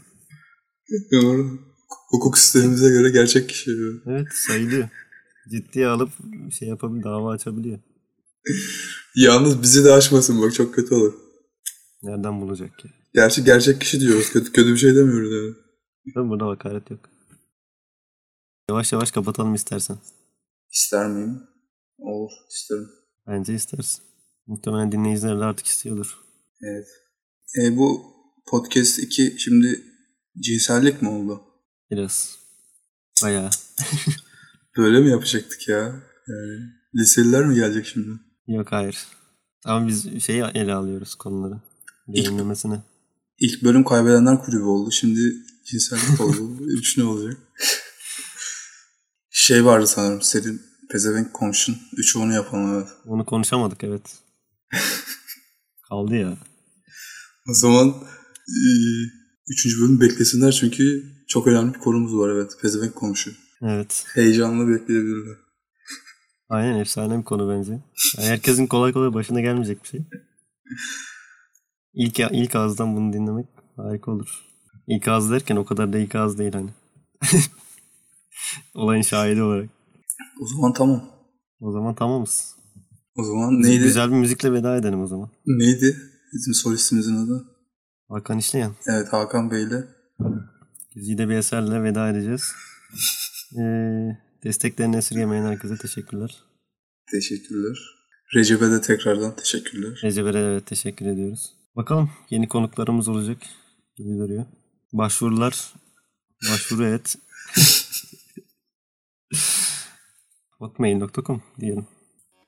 Speaker 3: Doğru. Hukuk sistemimize göre gerçek kişi. diyor.
Speaker 1: Evet sayılıyor. Ciddiye alıp şey yapabiliyor, dava açabiliyor.
Speaker 3: Yalnız bizi de aşmasın bak çok kötü olur.
Speaker 1: Nereden bulacak ki?
Speaker 3: Gerçi gerçek kişi diyoruz. Kötü, kötü bir şey demiyoruz yani.
Speaker 1: Ben burada hakaret yok. Yavaş yavaş kapatalım istersen.
Speaker 3: İster miyim? Olur isterim.
Speaker 1: Bence istersin. Muhtemelen dinleyiciler de artık istiyordur.
Speaker 3: Evet. E, bu podcast 2 şimdi cinsellik mi oldu?
Speaker 1: Biraz. Bayağı.
Speaker 3: Böyle mi yapacaktık ya? Yani liseliler mi gelecek şimdi?
Speaker 1: Yok hayır. Ama biz şeyi ele alıyoruz konuları. Derinlemesine.
Speaker 3: İlk bölüm kaybedenler kulübü oldu. Şimdi cinsellik oldu. Üç ne olacak? Şey vardı sanırım. Senin pezevenk komşun. Üçü onu yapalım evet.
Speaker 1: Onu konuşamadık evet. Kaldı ya.
Speaker 3: O zaman eee, üçüncü bölüm beklesinler çünkü çok önemli bir konumuz var evet. Pezevenk komşu.
Speaker 1: Evet.
Speaker 3: Heyecanla bekleyebilirler.
Speaker 1: Aynen efsane bir konu bence. Yani herkesin kolay kolay başına gelmeyecek bir şey. İlk, ilk ağızdan bunu dinlemek harika olur. İlk ağız derken o kadar da ilk ağız değil hani. Olayın şahidi olarak.
Speaker 3: O zaman tamam.
Speaker 1: O zaman tamamız.
Speaker 3: O zaman neydi?
Speaker 1: Güzel bir müzikle veda edelim o zaman.
Speaker 3: Neydi? Bizim solistimizin adı.
Speaker 1: Hakan İşleyen.
Speaker 3: Evet Hakan Bey'le.
Speaker 1: Güzide bir eserle veda edeceğiz. Ee, desteklerini esirgemeyen herkese teşekkürler.
Speaker 3: Teşekkürler. Recep'e de tekrardan teşekkürler.
Speaker 1: Recep'e de evet teşekkür ediyoruz. Bakalım yeni konuklarımız olacak gibi görüyor. Başvurular. Başvuru et. Hotmail.com diyelim.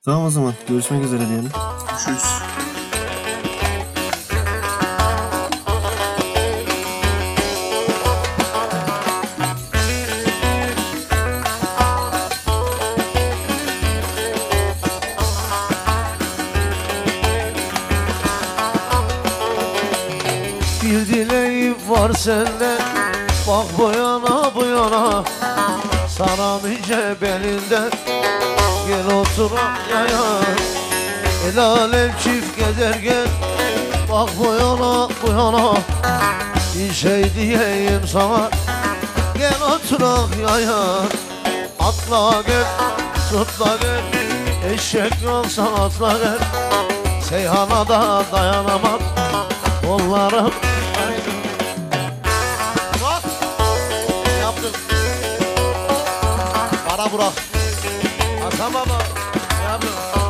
Speaker 1: Tamam o zaman görüşmek üzere diyelim.
Speaker 3: Görüşürüz.
Speaker 4: Bir dileğim var senden Bak bu yana bu yana Saran ince belinden Gel oturan yaya El alem çift gezerken Bak bu yana bu yana Bir şey diyeyim sana Gel oturak yaya Atla gel Tutla gel Eşek yoksan atla gel Seyhana da dayanamam Onlara Bak ne yaptın? 아, Bana bırak Hasan baba ne yaptın?